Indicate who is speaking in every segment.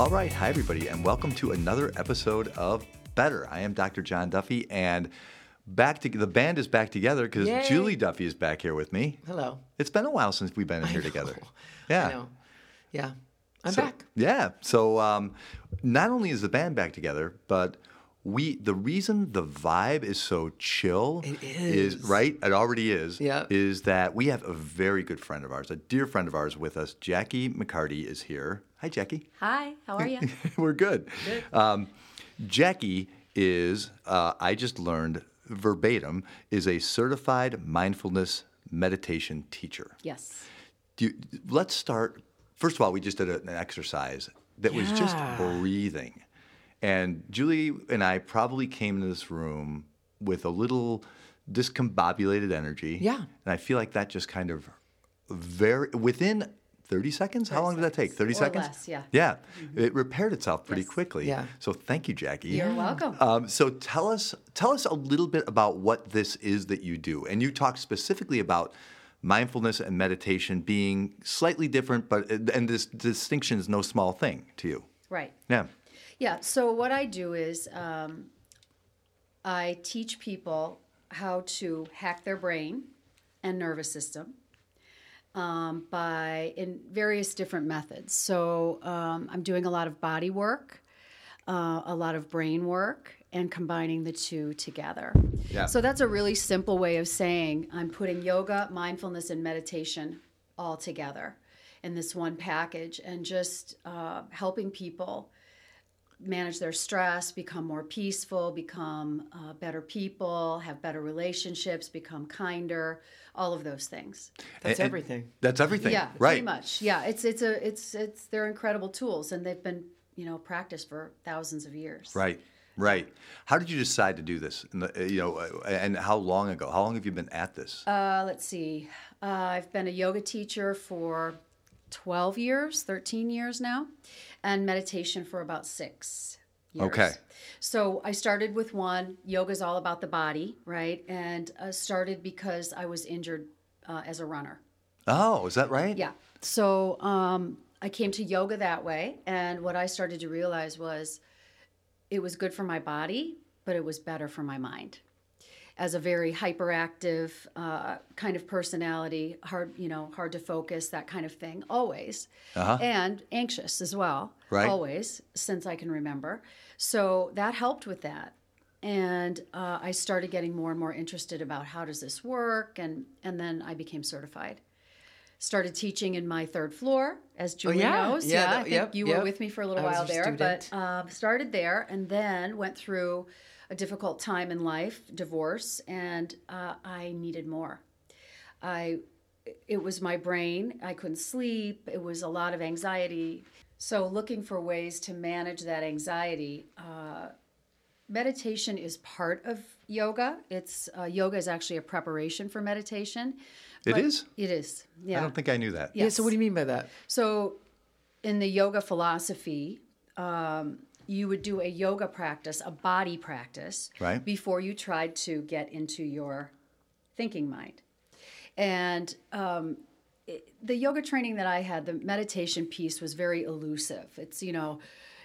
Speaker 1: All right, hi everybody, and welcome to another episode of Better. I am Dr. John Duffy, and back to the band is back together because
Speaker 2: Yay.
Speaker 1: Julie Duffy is back here with me.
Speaker 2: Hello.
Speaker 1: It's been a while since we've been in here together. Yeah,
Speaker 2: I know. Yeah. I'm
Speaker 1: So-
Speaker 2: back.
Speaker 1: Yeah. So um, not only is the band back together, but we the reason the vibe is so chill
Speaker 2: It
Speaker 1: is
Speaker 2: is.
Speaker 1: right. It already is.
Speaker 2: Yeah.
Speaker 1: Is that we have a very good friend of ours, a dear friend of ours, with us. Jackie McCarty is here. Hi, Jackie.
Speaker 3: Hi, how are you?
Speaker 1: We're good. Um, Jackie is, uh, I just learned verbatim, is a certified mindfulness meditation teacher.
Speaker 3: yes.
Speaker 1: Do you, let's start. First of all, we just did an exercise that was just
Speaker 2: Yeah.
Speaker 1: breathing. And Julie and I probably came into this room with a little discombobulated energy.
Speaker 2: Yeah.
Speaker 1: And I feel like that just kind of very within 30 seconds. How long did that take? 30
Speaker 3: Or
Speaker 1: seconds?
Speaker 3: less, yeah.
Speaker 1: Yeah. It repaired itself pretty
Speaker 3: Yes.
Speaker 1: quickly.
Speaker 2: Yeah.
Speaker 1: So thank you, Jackie.
Speaker 3: You're welcome.
Speaker 1: Um, so tell us tell us a little bit about what this is that you do, and you talk specifically about mindfulness and meditation being slightly different, but and this distinction is no small thing to you.
Speaker 3: right.
Speaker 1: Yeah.
Speaker 3: Yeah, so what I do is um, I teach people how to hack their brain and nervous system um, by in various different methods. So um, I'm doing a lot of body work, uh, a lot of brain work, and combining the two together.
Speaker 1: Yeah.
Speaker 3: So that's a really simple way of saying I'm putting yoga, mindfulness, and meditation all together in this one package and just uh, helping people manage their stress, become more peaceful, become uh, better people, have better relationships, become kinder, all of those things.
Speaker 2: That's
Speaker 1: And- and
Speaker 2: everything.
Speaker 1: That's everything.
Speaker 3: Yeah,
Speaker 1: right.
Speaker 3: pretty much. Yeah, it's it's a it's it's they're incredible tools, and they've been you know practiced for thousands of years.
Speaker 1: Right. Right. How did you decide to do this? And the, you know, uh, and how long ago? How long have you been at this?
Speaker 3: Uh, let's see. Uh, I've been a yoga teacher for 12 years, 13 years now, and meditation for about six years.
Speaker 1: Okay.
Speaker 3: So I started with one. Yoga's all about the body, right? And uh, started because I was injured uh, as a runner.
Speaker 1: oh, is that right?
Speaker 3: Yeah. So um, I came to yoga that way. And what I started to realize was it was good for my body, but it was better for my mind. As a very hyperactive uh, kind of personality, hard, you know, hard to focus, that kind of thing, always. And anxious as well,
Speaker 1: Uh-huh. Right.
Speaker 3: always, since I can remember. So that helped with that. And uh, I started getting more and more interested about how does this work, and and then I became certified started teaching in my third floor, as Julie
Speaker 2: Oh, yeah.
Speaker 3: knows.
Speaker 2: Yeah,
Speaker 3: Yeah,
Speaker 2: that-
Speaker 3: I think
Speaker 2: yep,
Speaker 3: you
Speaker 2: yep.
Speaker 3: were with me for a little
Speaker 2: I was
Speaker 3: while
Speaker 2: your
Speaker 3: there, but
Speaker 2: student.
Speaker 3: um, started there and then went through a difficult time in life, divorce, and uh, I needed more. I, it was my brain. I couldn't sleep. It was a lot of anxiety. So looking for ways to manage that anxiety. Uh, meditation is part of yoga. It's uh, yoga is actually a preparation for meditation.
Speaker 1: It
Speaker 3: but-
Speaker 1: is?
Speaker 3: It is. Yeah.
Speaker 1: I don't think I knew that.
Speaker 2: Yeah. So what do you mean by that?
Speaker 3: So, in the yoga philosophy, um, you would do a yoga practice, a body practice,
Speaker 1: Right.
Speaker 3: before you tried to get into your thinking mind. And um, it- the yoga training that I had, the meditation piece was very elusive. It's, you know,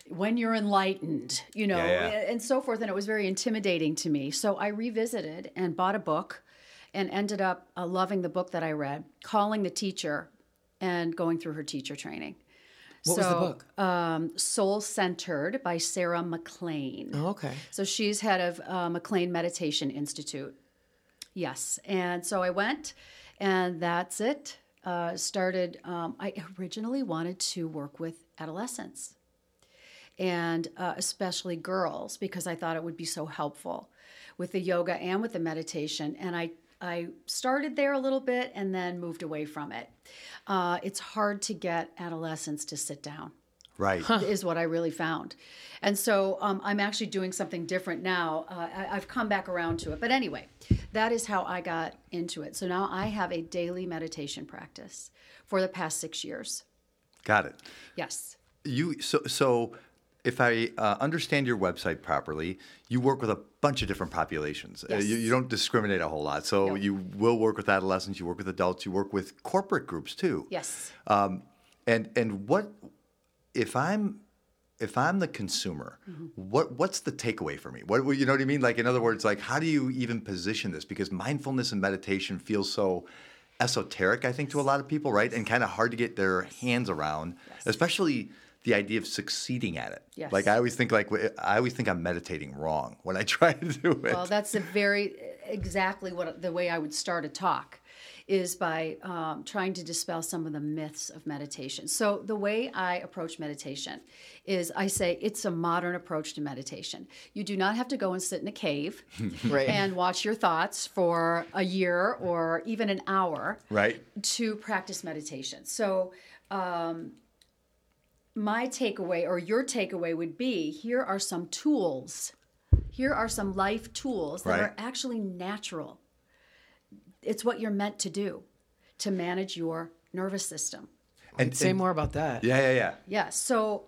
Speaker 3: when you're enlightened, you know,
Speaker 1: Yeah, yeah.
Speaker 3: and so forth. And it was very intimidating to me. So I revisited and bought a book and ended up uh, loving the book that I read, calling the teacher and going through her teacher training.
Speaker 2: What was the book?
Speaker 3: Um, Soul Centered by Sarah McLean.
Speaker 2: Oh, okay.
Speaker 3: So she's head of uh, McLean Meditation Institute. Yes. And so I went, and that's it. Uh, started, um, I originally wanted to work with adolescents and uh, especially girls because I thought it would be so helpful with the yoga and with the meditation. And I, I started there a little bit and then moved away from it. Uh, it's hard to get adolescents to sit down
Speaker 1: Right.
Speaker 3: is what I really found. And so um, I'm actually doing something different now. Uh, I, I've come back around to it. But anyway, that is how I got into it. So now I have a daily meditation practice for the past six years.
Speaker 1: Got it.
Speaker 3: Yes.
Speaker 1: You so so if I uh, understand your website properly, you work with a bunch of different populations. Uh, you,
Speaker 3: Yes.
Speaker 1: you don't discriminate a whole lot. So
Speaker 3: No.
Speaker 1: you will work with adolescents, you work with adults, you work with corporate groups too.
Speaker 3: Yes.
Speaker 1: Um, and and what if I'm if I'm the consumer,
Speaker 3: Mm-hmm.
Speaker 1: what what's the takeaway for me? What you know what I mean? Like in other words, like how do you even position this? Because mindfulness and meditation feels so esoteric, I think, to a lot of people, right? And kind of hard to get their hands around, especially the idea of succeeding at it.
Speaker 3: Yes.
Speaker 1: Like I always think, like w- I always think I'm meditating wrong when I try to do it.
Speaker 3: Well, that's a very exactly what the way I would start a talk is by um, trying to dispel some of the myths of meditation. So the way I approach meditation is I say it's a modern approach to meditation. You do not have to go and sit in a cave
Speaker 2: Right.
Speaker 3: and watch your thoughts for a year or even an hour
Speaker 1: right.
Speaker 3: to practice meditation. So, um, my takeaway or your takeaway would be here are some tools. Here are some life tools that
Speaker 1: Right.
Speaker 3: are actually natural. It's what you're meant to do to manage your nervous system.
Speaker 1: And,
Speaker 2: Say
Speaker 1: and-
Speaker 2: more about that.
Speaker 1: Yeah, yeah, yeah.
Speaker 3: Yeah, so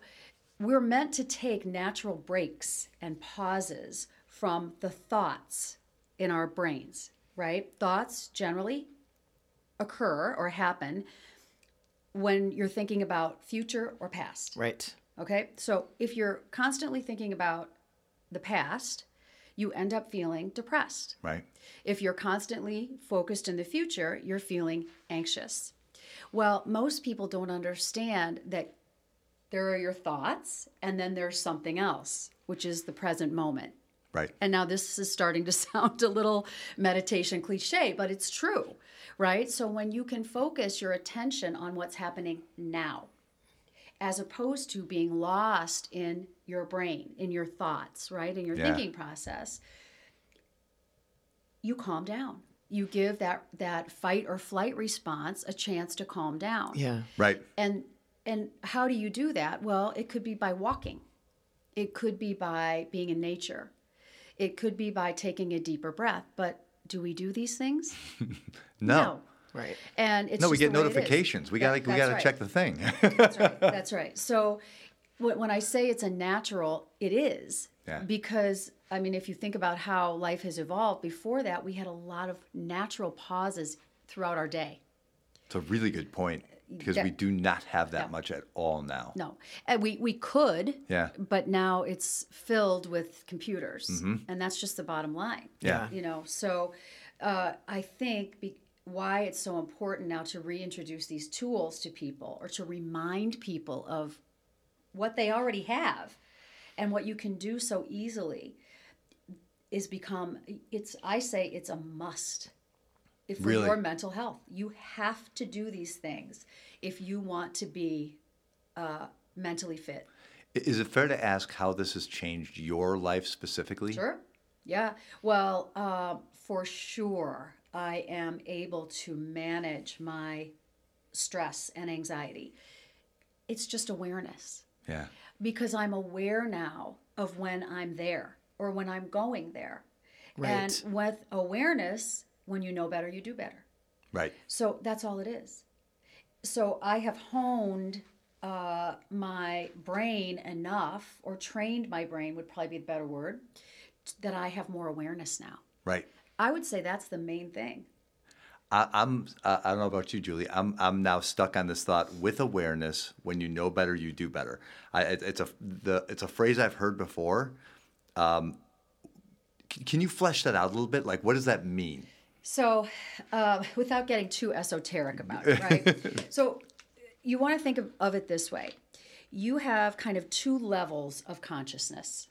Speaker 3: we're meant to take natural breaks and pauses from the thoughts in our brains, right? Thoughts generally occur or happen when you're thinking about future or past.
Speaker 2: Right.
Speaker 3: Okay? So if you're constantly thinking about the past, you end up feeling depressed.
Speaker 1: Right.
Speaker 3: If you're constantly focused in the future, you're feeling anxious. Well, most people don't understand that there are your thoughts and then there's something else, which is the present moment.
Speaker 1: Right.
Speaker 3: And now this is starting to sound a little meditation cliche, but it's true, right? So when you can focus your attention on what's happening now, as opposed to being lost in your brain, in your thoughts, right? In your
Speaker 1: Yeah.
Speaker 3: thinking process, you calm down. You give that that fight or flight response a chance to calm down.
Speaker 2: Yeah.
Speaker 1: Right.
Speaker 3: And and how do you do that? Well, it could be by walking. It could be by being in nature. It could be by taking a deeper breath. But do we do these things?
Speaker 1: No.
Speaker 2: Right.
Speaker 3: And it's
Speaker 1: No, we
Speaker 3: just
Speaker 1: get
Speaker 3: the way it is.
Speaker 1: notifications. We
Speaker 3: That-
Speaker 1: gotta we
Speaker 3: that's
Speaker 1: gotta
Speaker 3: right.
Speaker 1: check the thing.
Speaker 3: That's right. That's right. So wh- when I say it's a natural, it is
Speaker 1: Yeah.
Speaker 3: because I mean, if you think about how life has evolved, before that we had a lot of natural pauses throughout our day.
Speaker 1: it's a really good point because
Speaker 3: That-
Speaker 1: we do not have that much at all now.
Speaker 3: No, and we we could,
Speaker 1: Yeah.
Speaker 3: but now it's filled with computers, and that's just the bottom line.
Speaker 1: Mm-hmm. Yeah.
Speaker 3: you know. So uh, I think be, why it's so important now to reintroduce these tools to people, or to remind people of what they already have, and what you can do so easily, is become. It's I say it's a must. If for
Speaker 1: Really?
Speaker 3: your mental health, you have to do these things if you want to be uh, mentally fit.
Speaker 1: I- Is it fair to ask how this has changed your life specifically?
Speaker 3: Sure. Yeah. Well, uh, for sure, I am able to manage my stress and anxiety. It's just awareness
Speaker 1: Yeah.
Speaker 3: because I'm aware now of when I'm there or when I'm going there.
Speaker 2: Right.
Speaker 3: And with awareness, when you know better, you do better.
Speaker 1: Right.
Speaker 3: So that's all it is. So I have honed uh, my brain enough, or trained my brain would probably be the better word, that I have more awareness now.
Speaker 1: Right.
Speaker 3: I would say that's the main thing.
Speaker 1: I, I'm. I I don't know about you, Julie. I'm. I'm now stuck on this thought. With awareness, when you know better, you do better. I, it, it's a the. It's a phrase I've heard before. Um, c- can you flesh that out a little bit? Like, what does that mean?
Speaker 3: So, uh, without getting too esoteric about it, right? so, you want to think of, of it this way you have kind of two levels of consciousness,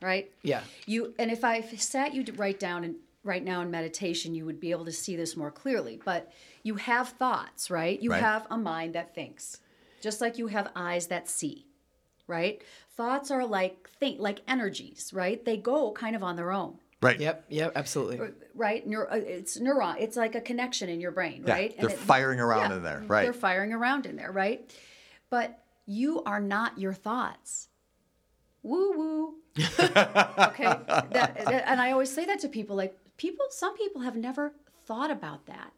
Speaker 3: right?
Speaker 2: Yeah.
Speaker 3: You and if I sat you right down and right now in meditation, you would be able to see this more clearly. But you have thoughts, right? You
Speaker 1: Right.
Speaker 3: have a mind that thinks, just like you have eyes that see, right? Thoughts are like think like energies, right? They go kind of on their own
Speaker 1: Right.
Speaker 2: Yep. Yep. Absolutely.
Speaker 3: right? Neur- uh, it's neuron. It's like a connection in your brain,
Speaker 1: Yeah,
Speaker 3: right?
Speaker 1: they're
Speaker 3: it-
Speaker 1: firing around in there, right.
Speaker 3: They're firing around in there, right? But you are not your thoughts. Woo woo. okay, that, that- and I always say that to people. Like people, some people have never thought about that.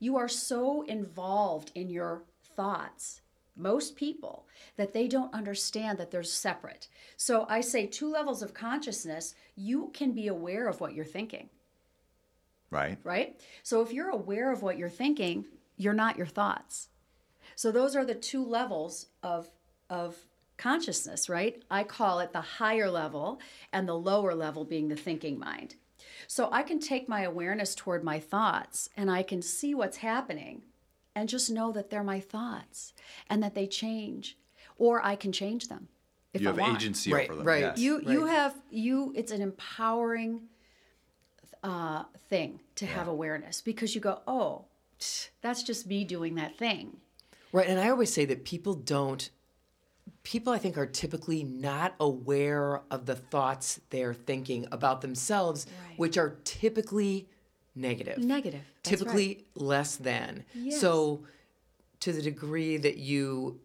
Speaker 3: You are so involved in your thoughts. Most people that they don't understand that they're separate. So I say two levels of consciousness. You can be aware of what you're thinking
Speaker 1: Right.
Speaker 3: right? So if you're aware of what you're thinking, you're not your thoughts. So those are the two levels of of consciousness, right? I call it the higher level and the lower level being the thinking mind. So I can take my awareness toward my thoughts and I can see what's happening and just know that they're my thoughts and that they change or I can change them. If
Speaker 1: you
Speaker 3: I
Speaker 1: have
Speaker 3: want.
Speaker 1: agency
Speaker 2: Right,
Speaker 1: over them.
Speaker 2: right.
Speaker 1: yes.
Speaker 3: You you
Speaker 2: Right.
Speaker 3: have you. It's an empowering uh, thing to have awareness because you go, oh, psh, that's just me doing that thing.
Speaker 2: Right. And I always say that people don't, people I think are typically not aware of the thoughts they're thinking about themselves,
Speaker 3: Right.
Speaker 2: which are typically negative.
Speaker 3: Negative. That's right.
Speaker 2: typically less than. So, to the degree that you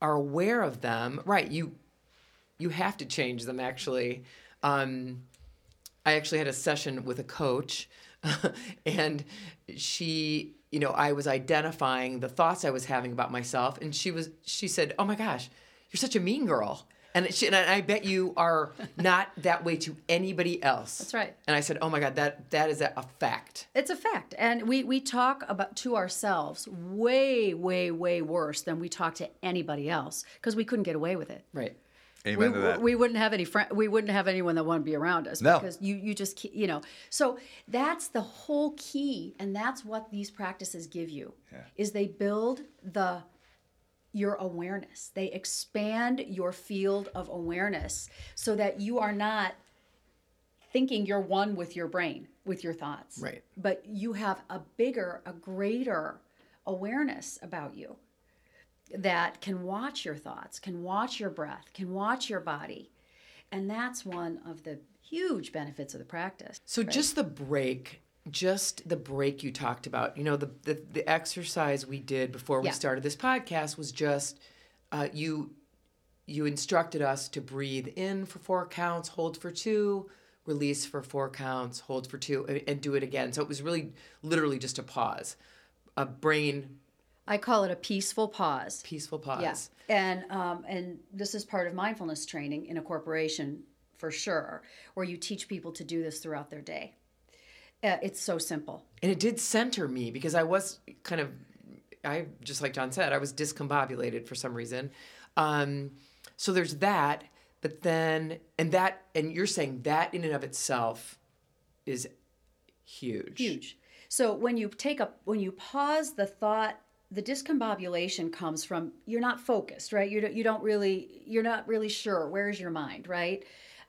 Speaker 2: are aware of them, right? You you have to change them. Actually, um, I actually had a session with a coach, and she, you know, I was identifying the thoughts I was having about myself, and she was she said, "Oh my gosh, you're such a mean girl." And, she, and I bet you are not that way to anybody else.
Speaker 3: That's right.
Speaker 2: And I said, "Oh my God, that that is a fact."
Speaker 3: It's a fact, and we we talk about to ourselves way, way, way worse than we talk to anybody else because we couldn't get away with it.
Speaker 2: Right.
Speaker 1: Amen
Speaker 3: we,
Speaker 1: to that.
Speaker 3: we wouldn't have any friend. We wouldn't have anyone that wanted to be around us
Speaker 1: No.
Speaker 3: because you you just ke- you know. So that's the whole key, and that's what these practices give you is they build the your awareness. They expand your field of awareness so that you are not thinking you're one with your brain, with your thoughts.
Speaker 2: Right.
Speaker 3: But you have a bigger, a greater awareness about you that can watch your thoughts, can watch your breath, can watch your body. And that's one of the huge benefits of the practice.
Speaker 2: So just the break, just the break you talked about. You know, the the, the exercise we did before we
Speaker 3: Yeah.
Speaker 2: started this podcast was just uh, you you instructed us to breathe in for four counts, hold for two, release for four counts, hold for two, and, and do it again. So it was really literally just a pause, a brain
Speaker 3: I call it a peaceful pause.
Speaker 2: peaceful pause.
Speaker 3: Yes, and um, and this is part of mindfulness training in a corporation for sure, where you teach people to do this throughout their day. Uh, it's so simple.
Speaker 2: And it did center me because I was kind of, I just like John said, I was discombobulated for some reason. Um, so there's that, but then, and that, and you're saying that in and of itself is huge.
Speaker 3: huge. So when you take a when you pause the thought, the discombobulation comes from you're not focused, right? You don't, you don't really you're not really sure where's your mind, right?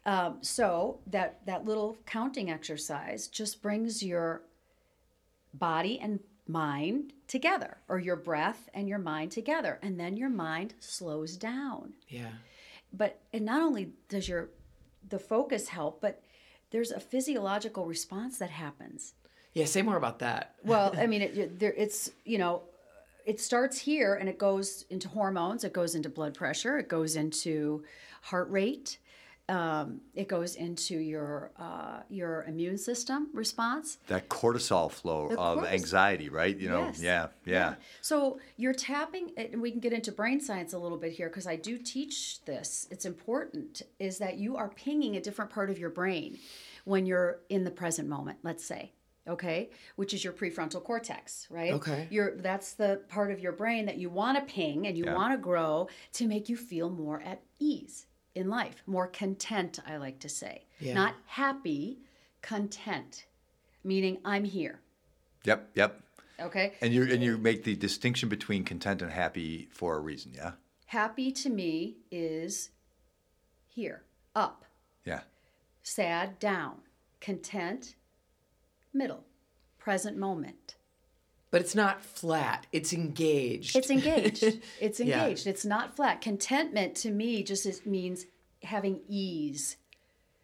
Speaker 3: Um, so that that little counting exercise just brings your body and mind together, or your breath and your mind together, and then your mind slows down
Speaker 2: Yeah.
Speaker 3: but and not only does your the focus help but there's a physiological response that happens
Speaker 2: Yeah. Say more about that.
Speaker 3: well i mean it, it, there, it's you know it starts here and it goes into hormones it goes into blood pressure it goes into heart rate um, it goes into your uh, your immune system response
Speaker 1: that cortisol flow
Speaker 3: The
Speaker 1: of
Speaker 3: cortis-
Speaker 1: anxiety, right? You know,
Speaker 3: Yes.
Speaker 1: yeah, yeah,
Speaker 3: So you're tapping, and we can get into brain science a little bit here because I do teach this. It's important is that you are pinging a different part of your brain when you're in the present moment. Let's say, okay, which is your prefrontal cortex, right?
Speaker 2: Okay.
Speaker 3: Your that's the part of your brain that you want to ping and you want to grow to make you feel more at ease in life, more content. I like to say,
Speaker 2: Yeah.
Speaker 3: not happy, content, meaning I'm here.
Speaker 1: Yep, yep.
Speaker 3: Okay.
Speaker 1: And you and you make the distinction between content and happy for a reason, yeah?
Speaker 3: Happy to me is here, up.
Speaker 1: Yeah.
Speaker 3: Sad, down. Content, middle. Present moment.
Speaker 2: But it's not flat, it's engaged.
Speaker 3: It's engaged. it's
Speaker 2: Yeah.
Speaker 3: engaged. It's not flat. Contentment to me just is, means having ease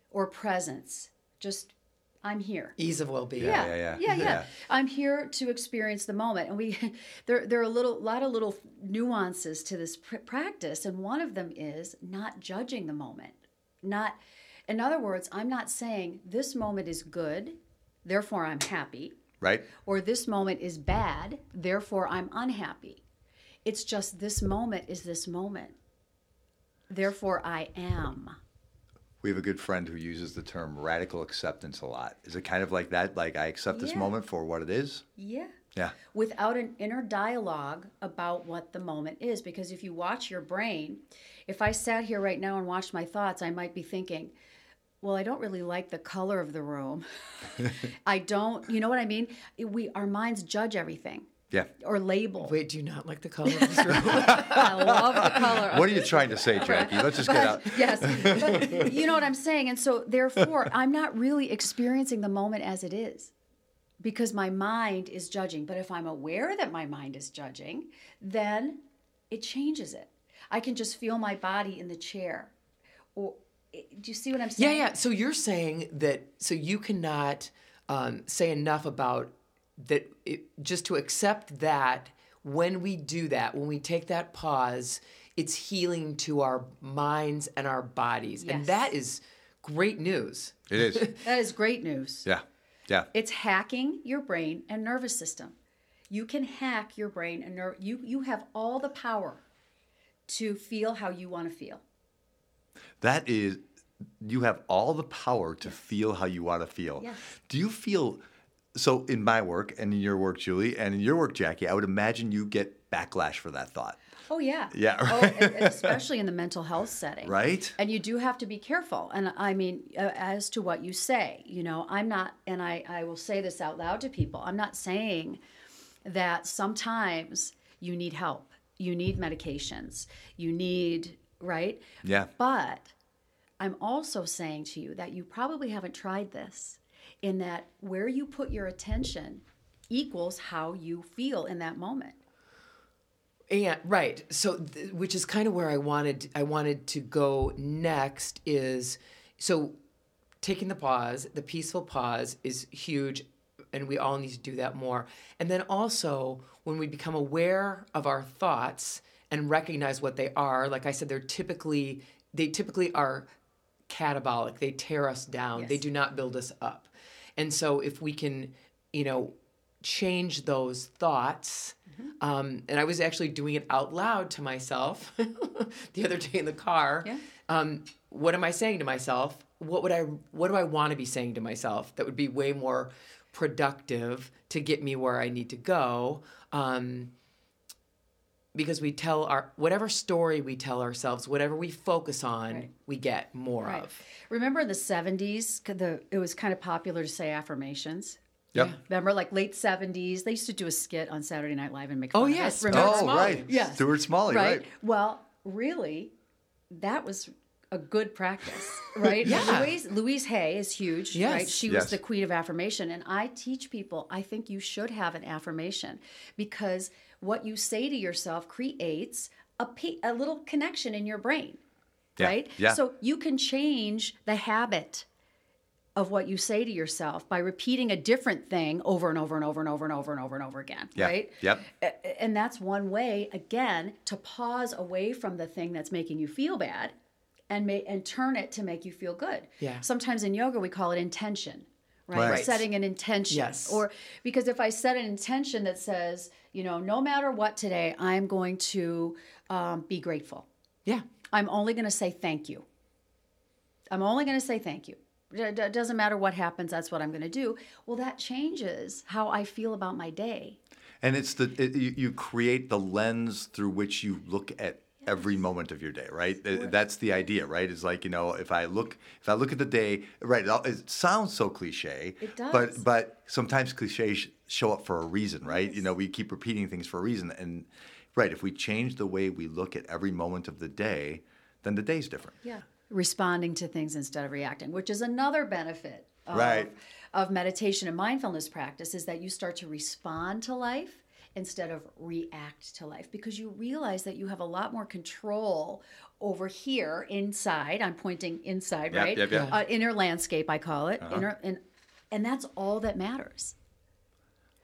Speaker 3: or presence. Just, I'm here.
Speaker 2: ease of well being.
Speaker 1: Yeah,
Speaker 3: yeah,
Speaker 1: yeah,
Speaker 3: yeah,
Speaker 1: yeah.
Speaker 3: yeah,
Speaker 1: Yeah.
Speaker 3: I'm here to experience the moment, and we there there are a little lot of little nuances to this pr- practice, and one of them is not judging the moment. Not, in other words, I'm not saying this moment is good, therefore I'm happy,
Speaker 1: Right?
Speaker 3: or this moment is bad, therefore I'm unhappy. It's just this moment is this moment, therefore I am.
Speaker 1: We have a good friend who uses the term radical acceptance a lot. Is it kind of like that? Like I accept this
Speaker 3: Yeah.
Speaker 1: moment for what it is?
Speaker 3: Yeah.
Speaker 1: Yeah.
Speaker 3: without an inner dialogue about what the moment is. Because if you watch your brain, if I sat here right now and watched my thoughts, I might be thinking, well, I don't really like the color of the room. I don't, you know what I mean? It- We our minds judge everything
Speaker 1: Yeah.
Speaker 3: or label.
Speaker 2: Wait, do you not like the color of this room?
Speaker 3: I love the color. of
Speaker 1: What are you trying to say, Jackie? Let's just get out.
Speaker 3: yes, but you know what I'm saying. And so, therefore, I'm not really experiencing the moment as it is because my mind is judging. But if I'm aware that my mind is judging, then it changes it. I can just feel my body in the chair. Or eh, do you see what I'm
Speaker 2: yeah,
Speaker 3: saying?
Speaker 2: yeah. So you're saying that so you cannot um, say enough about that. It, just to accept that when we do that, when we take that pause, it's healing to our minds and our bodies, and
Speaker 3: Yes.
Speaker 2: that is great news.
Speaker 1: It is.
Speaker 3: That is great news.
Speaker 1: Yeah. Yeah.
Speaker 3: It's hacking your brain and nervous system. You can hack your brain and nerve. You you have all the power to feel how you want to feel.
Speaker 1: That is, you have all the power to feel how you want to feel.
Speaker 3: Yes.
Speaker 1: Do you feel, so in my work and in your work, Julie, and in your work, Jackie, I would imagine you get backlash for that thought,
Speaker 3: Oh yeah.
Speaker 1: Yeah,
Speaker 3: Oh, and- and especially in the mental health setting.
Speaker 1: right?
Speaker 3: And you do have to be careful. And I mean, uh, as to what you say, you know, I'm not, and I, I will say this out loud to people I'm not saying that sometimes you need help, you need medications, you need, right?
Speaker 1: Yeah.
Speaker 3: But I'm also saying to you that you probably haven't tried this in that where you put your attention equals how you feel in that moment.
Speaker 2: And right, so th- which is kind of where I wanted I wanted to go next is so taking the pause, the peaceful pause is huge and we all need to do that more. And then also when we become aware of our thoughts and recognize what they are, like I said they're typically they typically are catabolic. They tear us down. They
Speaker 3: Yes.
Speaker 2: do not build us up. And so if we can, you know, change those thoughts,
Speaker 3: Mm-hmm.
Speaker 2: um, and I was actually doing it out loud to myself the other day in the car.
Speaker 3: Yeah.
Speaker 2: Um, what am I saying to myself? What would I what do I want to be saying to myself that would be way more productive to get me where I need to go? Um, because we tell our whatever story we tell ourselves, whatever we focus on,
Speaker 3: Right.
Speaker 2: we get more of.
Speaker 3: Remember in the 70s, c- the, it was kind of popular to say affirmations.
Speaker 1: Yep.
Speaker 3: Remember, like late 70s, they used to do a skit on Saturday Night Live and make fun
Speaker 2: Oh,
Speaker 3: of us.
Speaker 2: yes.
Speaker 3: Remember?
Speaker 1: Oh,
Speaker 2: Smalley.
Speaker 1: right.
Speaker 3: Yes.
Speaker 1: Stuart Smalley, right?
Speaker 3: Well, really, that was a good practice, right?
Speaker 2: Yeah.
Speaker 3: Louise, Louise Hay is huge,
Speaker 2: Yes.
Speaker 3: right? She
Speaker 1: Yes.
Speaker 3: was the queen of affirmation. And I teach people, I think you should have an affirmation because what you say to yourself creates a, pe- a little connection in your brain,
Speaker 1: Yeah.
Speaker 3: right?
Speaker 1: Yeah.
Speaker 3: So you can change the habit of what you say to yourself by repeating a different thing over and over and over and over and over and over and over again,
Speaker 1: Yeah.
Speaker 3: right?
Speaker 1: Yep.
Speaker 3: A- and that's one way again to pause away from the thing that's making you feel bad and may, and turn it to make you feel good
Speaker 2: Yeah.
Speaker 3: sometimes in yoga we call it intention right,
Speaker 1: Right.
Speaker 3: setting an intention
Speaker 2: Yes.
Speaker 3: or because if i set an intention that says you know no matter what today i'm going to um, be grateful
Speaker 2: Yeah.
Speaker 3: i'm only going to say thank you i'm only going to say thank you it doesn't matter what happens that's what i'm going to do well that changes how i feel about my day
Speaker 1: And it's the, it, you, you create the lens through which you look at every moment of your day, right? Th- That's the idea, right? Is like, you know, if I look, if I look at the day, right, it, all, it sounds so cliche.
Speaker 3: It
Speaker 1: But,
Speaker 3: does.
Speaker 1: but sometimes cliches show up for a reason, right? You know, we keep repeating things for a reason. And, right, if we change the way we look at every moment of the day, then the day's different.
Speaker 3: Yeah. Responding to things instead of reacting, which is another benefit of,
Speaker 1: Right.
Speaker 3: of meditation and mindfulness practice is that you start to respond to life instead of react to life because you realize that you have a lot more control over here inside. I'm pointing inside,
Speaker 1: Yep,
Speaker 3: right?
Speaker 1: yep, yep. Uh-huh.
Speaker 3: Uh, inner landscape, I call it. Inner, and, and that's all that matters.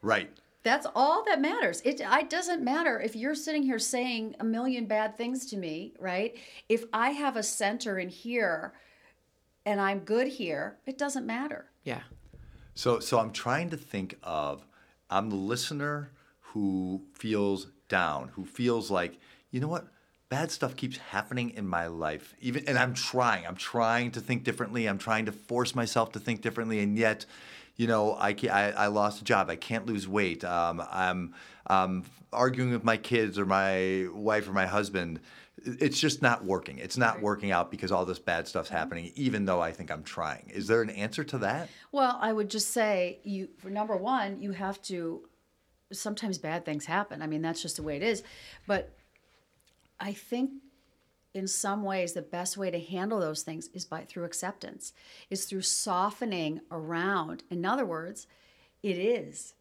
Speaker 1: Right.
Speaker 3: That's all that matters. It, it doesn't matter if you're sitting here saying a million bad things to me, right? If I have a center in here and I'm good here, it doesn't matter.
Speaker 2: Yeah.
Speaker 1: So, so I'm trying to think of I'm the listener who feels down, who feels like, you know what? Bad stuff keeps happening in my life. Even and I'm trying. I'm trying to think differently. I'm trying to force myself to think differently and yet you know, I, ca- I, I lost a job. I can't lose weight. Um, I'm, I'm arguing with my kids or my wife or my husband. It's just not working. It's not working out because all this bad stuff's happening, even though I think I'm trying. Is there an answer to that?
Speaker 3: Well, I would just say you for number one, you have to sometimes bad things happen. I mean, that's just the way it is. But I think in some ways the best way to handle those things is by through acceptance, is through softening around. In other words, it is.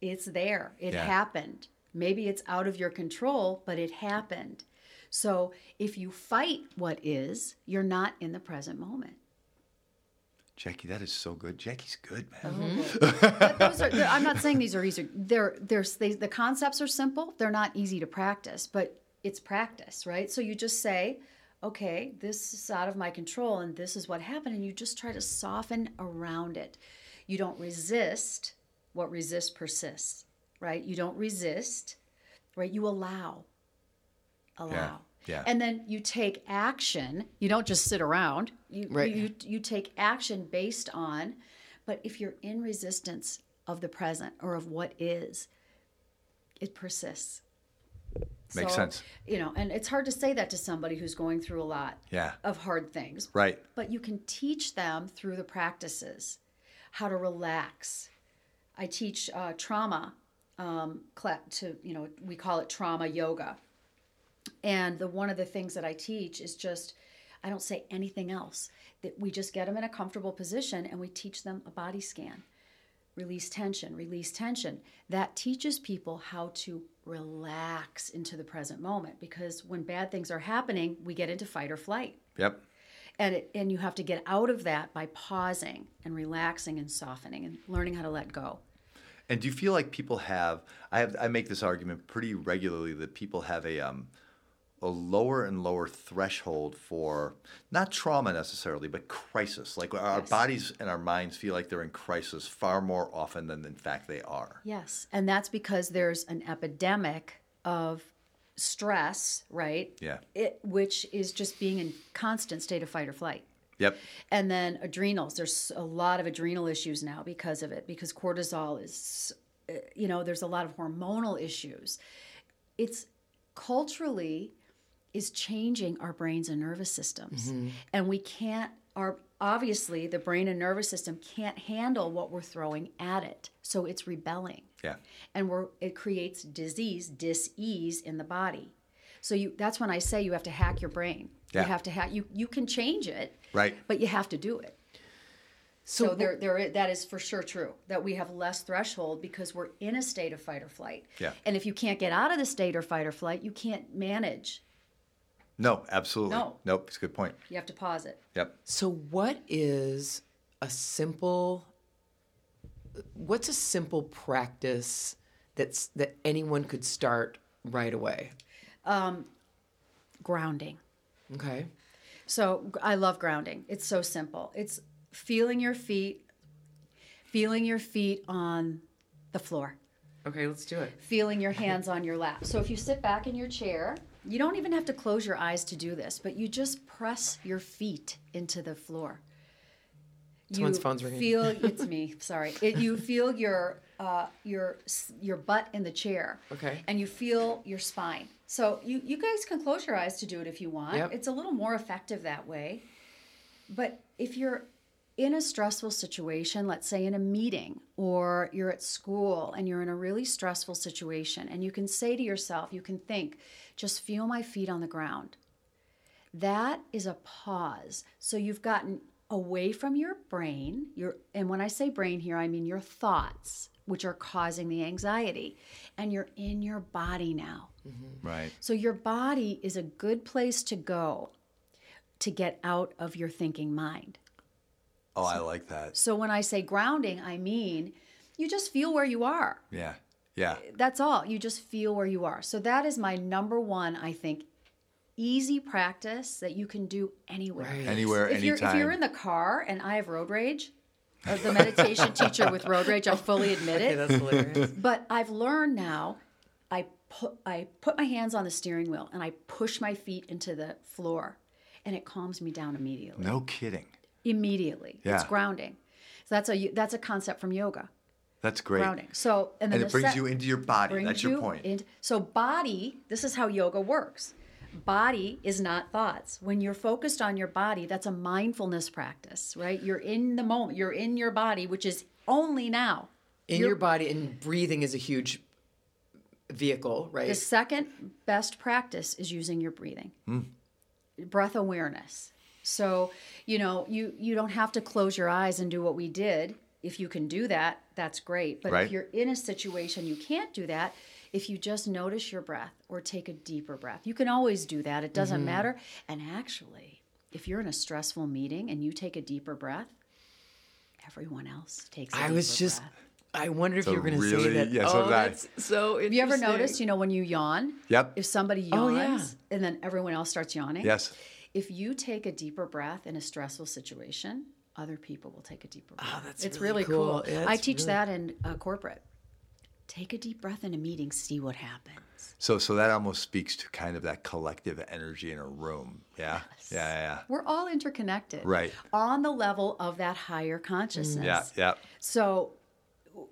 Speaker 3: It's there. It
Speaker 1: Yeah.
Speaker 3: happened. Maybe it's out of your control, but it happened. So if you fight what is, you're not in the present moment.
Speaker 1: Jackie, that is so good. Jackie's good, man.
Speaker 3: Mm-hmm. But those are, they're- I'm not saying these are easy. They're, they're, they, the concepts are simple. They're not easy to practice, but it's practice, right? So you just say, okay, this is out of my control and this is what happened. And you just try to soften around it. You don't resist what resists persists, right? You don't resist, right? You allow. Allow.
Speaker 1: yeah.
Speaker 3: And then you take action. You don't just sit around. You,
Speaker 2: Right.
Speaker 3: you you take action based on, but if you're in resistance of the present or of what is, it persists.
Speaker 1: Makes sense.
Speaker 3: You know, and it's hard to say that to somebody who's going through a lot
Speaker 1: Yeah.
Speaker 3: of hard things.
Speaker 1: Right.
Speaker 3: But you can teach them through the practices how to relax. I teach uh, trauma um, cla- to, you know, we call it trauma yoga. And the one of the things that I teach is just, I don't say anything else. That we just get them in a comfortable position and we teach them a body scan, release tension, release tension. That teaches people how to relax into the present moment because when bad things are happening, we get into fight or flight
Speaker 1: Yep.
Speaker 3: and it, and you have to get out of that by pausing and relaxing and softening and learning how to let go.
Speaker 1: And do you feel like people have? I have. I make this argument pretty regularly that people have a um, a lower and lower threshold for not trauma necessarily, but crisis. Like our
Speaker 3: Yes.
Speaker 1: bodies and our minds feel like they're in crisis far more often than in fact they are.
Speaker 3: Yes, and that's because there's an epidemic of stress, right?
Speaker 1: Yeah.
Speaker 3: It, which is just being in constant state of fight or flight.
Speaker 1: Yep.
Speaker 3: And then adrenals. There's a lot of adrenal issues now because of it, because cortisol is, uh, you know, there's a lot of hormonal issues. It's culturally is changing our brains and nervous systems. And we can't, our, obviously, the brain and nervous system can't handle what we're throwing at it. So it's rebelling
Speaker 1: Yeah.
Speaker 3: and we're, it creates disease, dis-ease in the body. So you that's when I say you have to hack your brain.
Speaker 1: Yeah.
Speaker 3: You have to hack you you can change it.
Speaker 1: Right.
Speaker 3: But you have to do it.
Speaker 2: So,
Speaker 3: So, there there i- that is for sure true that we have less threshold because we're in a state of fight or flight.
Speaker 1: Yeah.
Speaker 3: And if you can't get out of the state or fight or flight, you can't manage.
Speaker 1: No. Absolutely.
Speaker 3: No.
Speaker 1: Nope. It's a good point.
Speaker 3: You have to pause it.
Speaker 1: Yep.
Speaker 2: so what is a simple what's a simple practice that's that anyone could start right away?
Speaker 3: Grounding.
Speaker 2: Okay.
Speaker 3: So g- I love grounding. It's so simple. It's feeling your feet feeling your feet on the floor.
Speaker 2: Okay, let's do it.
Speaker 3: feeling your hands on your lap. So if you sit back in your chair, you don't even have to close your eyes to do this, but you just press your feet into the floor.
Speaker 2: Someone's
Speaker 3: you
Speaker 2: phone's ringing.
Speaker 3: Feel it's me. Sorry. It, you feel your uh, your s- your butt in the chair.
Speaker 2: Okay.
Speaker 3: And you feel your spine. So you you guys can close your eyes to do it if you want.
Speaker 2: Yep.
Speaker 3: It's a little more effective that way. But if you're in a stressful situation, let's say in a meeting or you're at school and you're in a really stressful situation, and you can say to yourself, you can think, just feel my feet on the ground. That is a pause. So you've gotten away from your brain, your and when I say brain here, I mean your thoughts, which are causing the anxiety, and you're in your body now.
Speaker 1: Right.
Speaker 3: So your body is a good place to go to get out of your thinking mind.
Speaker 1: Oh, I like that.
Speaker 3: So when I say grounding, I mean you just feel where you are.
Speaker 1: Yeah. Yeah.
Speaker 3: That's all. You just feel where you are. So that is my number one, I think, easy practice that you can do anywhere.
Speaker 2: Right.
Speaker 1: Anywhere,
Speaker 3: If you're, if
Speaker 1: anytime.
Speaker 3: you're in the car and I have road rage, as the meditation teacher with road rage, I fully admit
Speaker 2: Okay,
Speaker 3: it.
Speaker 2: that's hilarious.
Speaker 3: But I've learned now, I put I put my hands on the steering wheel and I push my feet into the floor, and it calms me down immediately
Speaker 1: no kidding.
Speaker 3: immediately.
Speaker 1: Yeah.
Speaker 3: It's grounding. It's that's a that's a concept from yoga.
Speaker 1: That's great.
Speaker 3: Grounding. So and
Speaker 1: And
Speaker 3: then the
Speaker 1: it brings
Speaker 3: sec-
Speaker 1: you into your body.
Speaker 3: brings
Speaker 1: That's your
Speaker 3: you
Speaker 1: point.
Speaker 3: in- so body, this is how yoga works. Body is not thoughts. When you're focused on your body, that's a mindfulness practice, right? You're in the moment. You're in your body, which is only now.
Speaker 2: in
Speaker 3: You're-
Speaker 2: your body and breathing is a huge vehicle right
Speaker 3: The second best practice is using your breathing.
Speaker 2: Hmm.
Speaker 3: Breath awareness. So, you know, you you don't have to close your eyes and do what we did. If you can do that, that's great. But
Speaker 1: Right.
Speaker 3: if you're in a situation you can't do that, if you just notice your breath or take a deeper breath. You can always do that. It
Speaker 2: Mm-hmm.
Speaker 3: doesn't matter. And actually, if you're in a stressful meeting and you take a deeper breath, everyone else takes a
Speaker 2: i was
Speaker 3: deeper
Speaker 2: just
Speaker 3: breath.
Speaker 2: i wondered if
Speaker 1: So
Speaker 2: you were going to say
Speaker 1: really-
Speaker 2: that
Speaker 1: yeah, so
Speaker 2: oh
Speaker 1: did I.
Speaker 2: that's so interesting.
Speaker 3: Have you ever noticed, you know, when you yawn?
Speaker 1: Yep.
Speaker 3: If somebody
Speaker 2: Oh,
Speaker 3: yawns
Speaker 2: yeah.
Speaker 3: and then everyone else starts yawning?
Speaker 1: Yes.
Speaker 3: If you take a deeper breath in a stressful situation, other people will take a deeper breath.
Speaker 2: Ah, Oh, that's
Speaker 3: it's
Speaker 2: really
Speaker 3: really, cool.
Speaker 2: cool. Yeah,
Speaker 3: I
Speaker 2: it's
Speaker 3: teach
Speaker 2: really-
Speaker 3: that in uh, corporate. Take a deep breath in a meeting, see what happens.
Speaker 1: So so that almost speaks to kind of that collective energy in a room. Yeah. Yeah, yeah, yeah.
Speaker 3: We're all interconnected.
Speaker 1: Right.
Speaker 3: On the level of that higher
Speaker 2: Mm,
Speaker 3: consciousness.
Speaker 1: Yeah, yeah.
Speaker 3: So,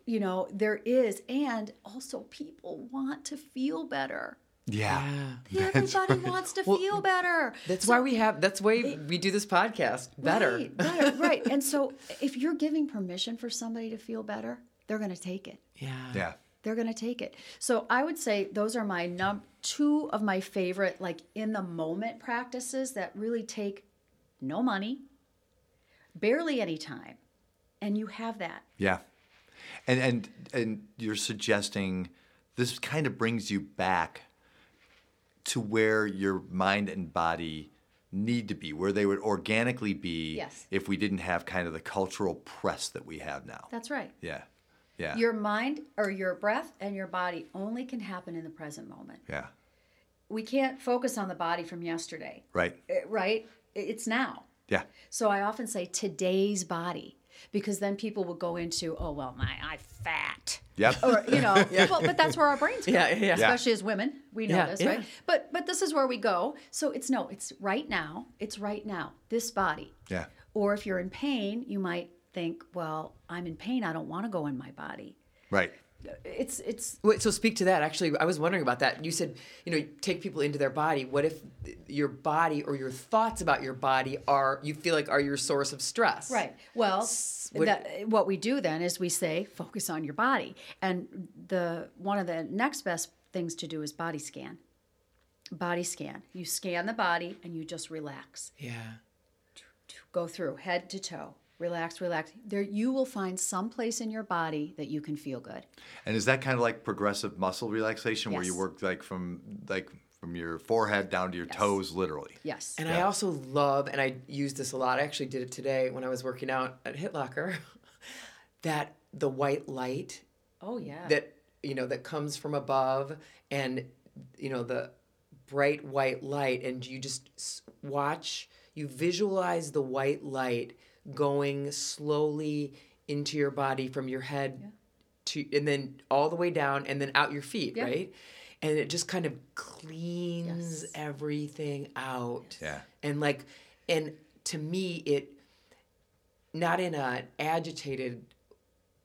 Speaker 3: you know, there is, and also people want to feel better.
Speaker 1: Yeah.
Speaker 2: yeah
Speaker 3: Everybody wants to feel better.
Speaker 2: that's why we have that's why we do this podcast better
Speaker 3: Right, better, right. And so if you're giving permission for somebody to feel better, they're going to take it.
Speaker 2: yeah
Speaker 1: Yeah.
Speaker 3: They're going to take it. So I would say those are my num two of my favorite like in the moment practices that really take no money, barely any time. And you have that.
Speaker 1: Yeah. And and and you're suggesting this kind of brings you back to where your mind and body need to be, where they would organically be
Speaker 3: Yes.
Speaker 1: if we didn't have kind of the cultural press that we have now.
Speaker 3: That's right.
Speaker 1: yeah. Yeah.
Speaker 3: Your mind or your breath and your body only can happen in the present moment.
Speaker 1: yeah.
Speaker 3: We can't focus on the body from yesterday,
Speaker 1: Right.
Speaker 3: eh, right? It's now.
Speaker 1: Yeah.
Speaker 3: So I often say today's body because then people will go into, oh well, my I'm fat,
Speaker 1: Yep.
Speaker 3: or you know, well, but that's where our brains go,
Speaker 2: Yeah, yeah, yeah.
Speaker 3: especially as women, we know
Speaker 2: Yeah,
Speaker 3: this,
Speaker 2: yeah.
Speaker 3: right? But but this is where we go. So it's no, it's right now, it's right now, this body.
Speaker 1: Yeah.
Speaker 3: Or if you're in pain, you might think, well, I'm in pain, I don't want to go in my body.
Speaker 1: Right.
Speaker 3: It's it's
Speaker 2: Wait, so speak to that. Actually, I was wondering about that. You said, you know, take people into their body. What if your body or your thoughts about your body are you feel like are your source of stress?
Speaker 3: Right. Well,
Speaker 2: what-
Speaker 3: that, what we do then is we say focus on your body, and the one of the next best things to do is body scan. Body scan. You scan the body and you just relax.
Speaker 2: Yeah.
Speaker 3: Go through head to toe. Relax, relax. There, you will find some place in your body that you can feel good.
Speaker 1: And is that kind of like progressive muscle relaxation where you
Speaker 3: Yes.
Speaker 1: work like from like from your forehead down to your toes literally?
Speaker 3: Yes.
Speaker 2: And I also love, and I use this a lot. I actually did it today when I was working out at HitLocker. that the white light
Speaker 3: oh yeah.
Speaker 2: that you know that comes from above, and you know the bright white light, and you just s- watch. You visualize the white light going slowly into your body from your head to, and then all the way down, and then out your feet,
Speaker 3: Yeah.
Speaker 2: right? And it just kind of cleans everything out
Speaker 1: Yeah.
Speaker 2: and like and to me it not in an agitated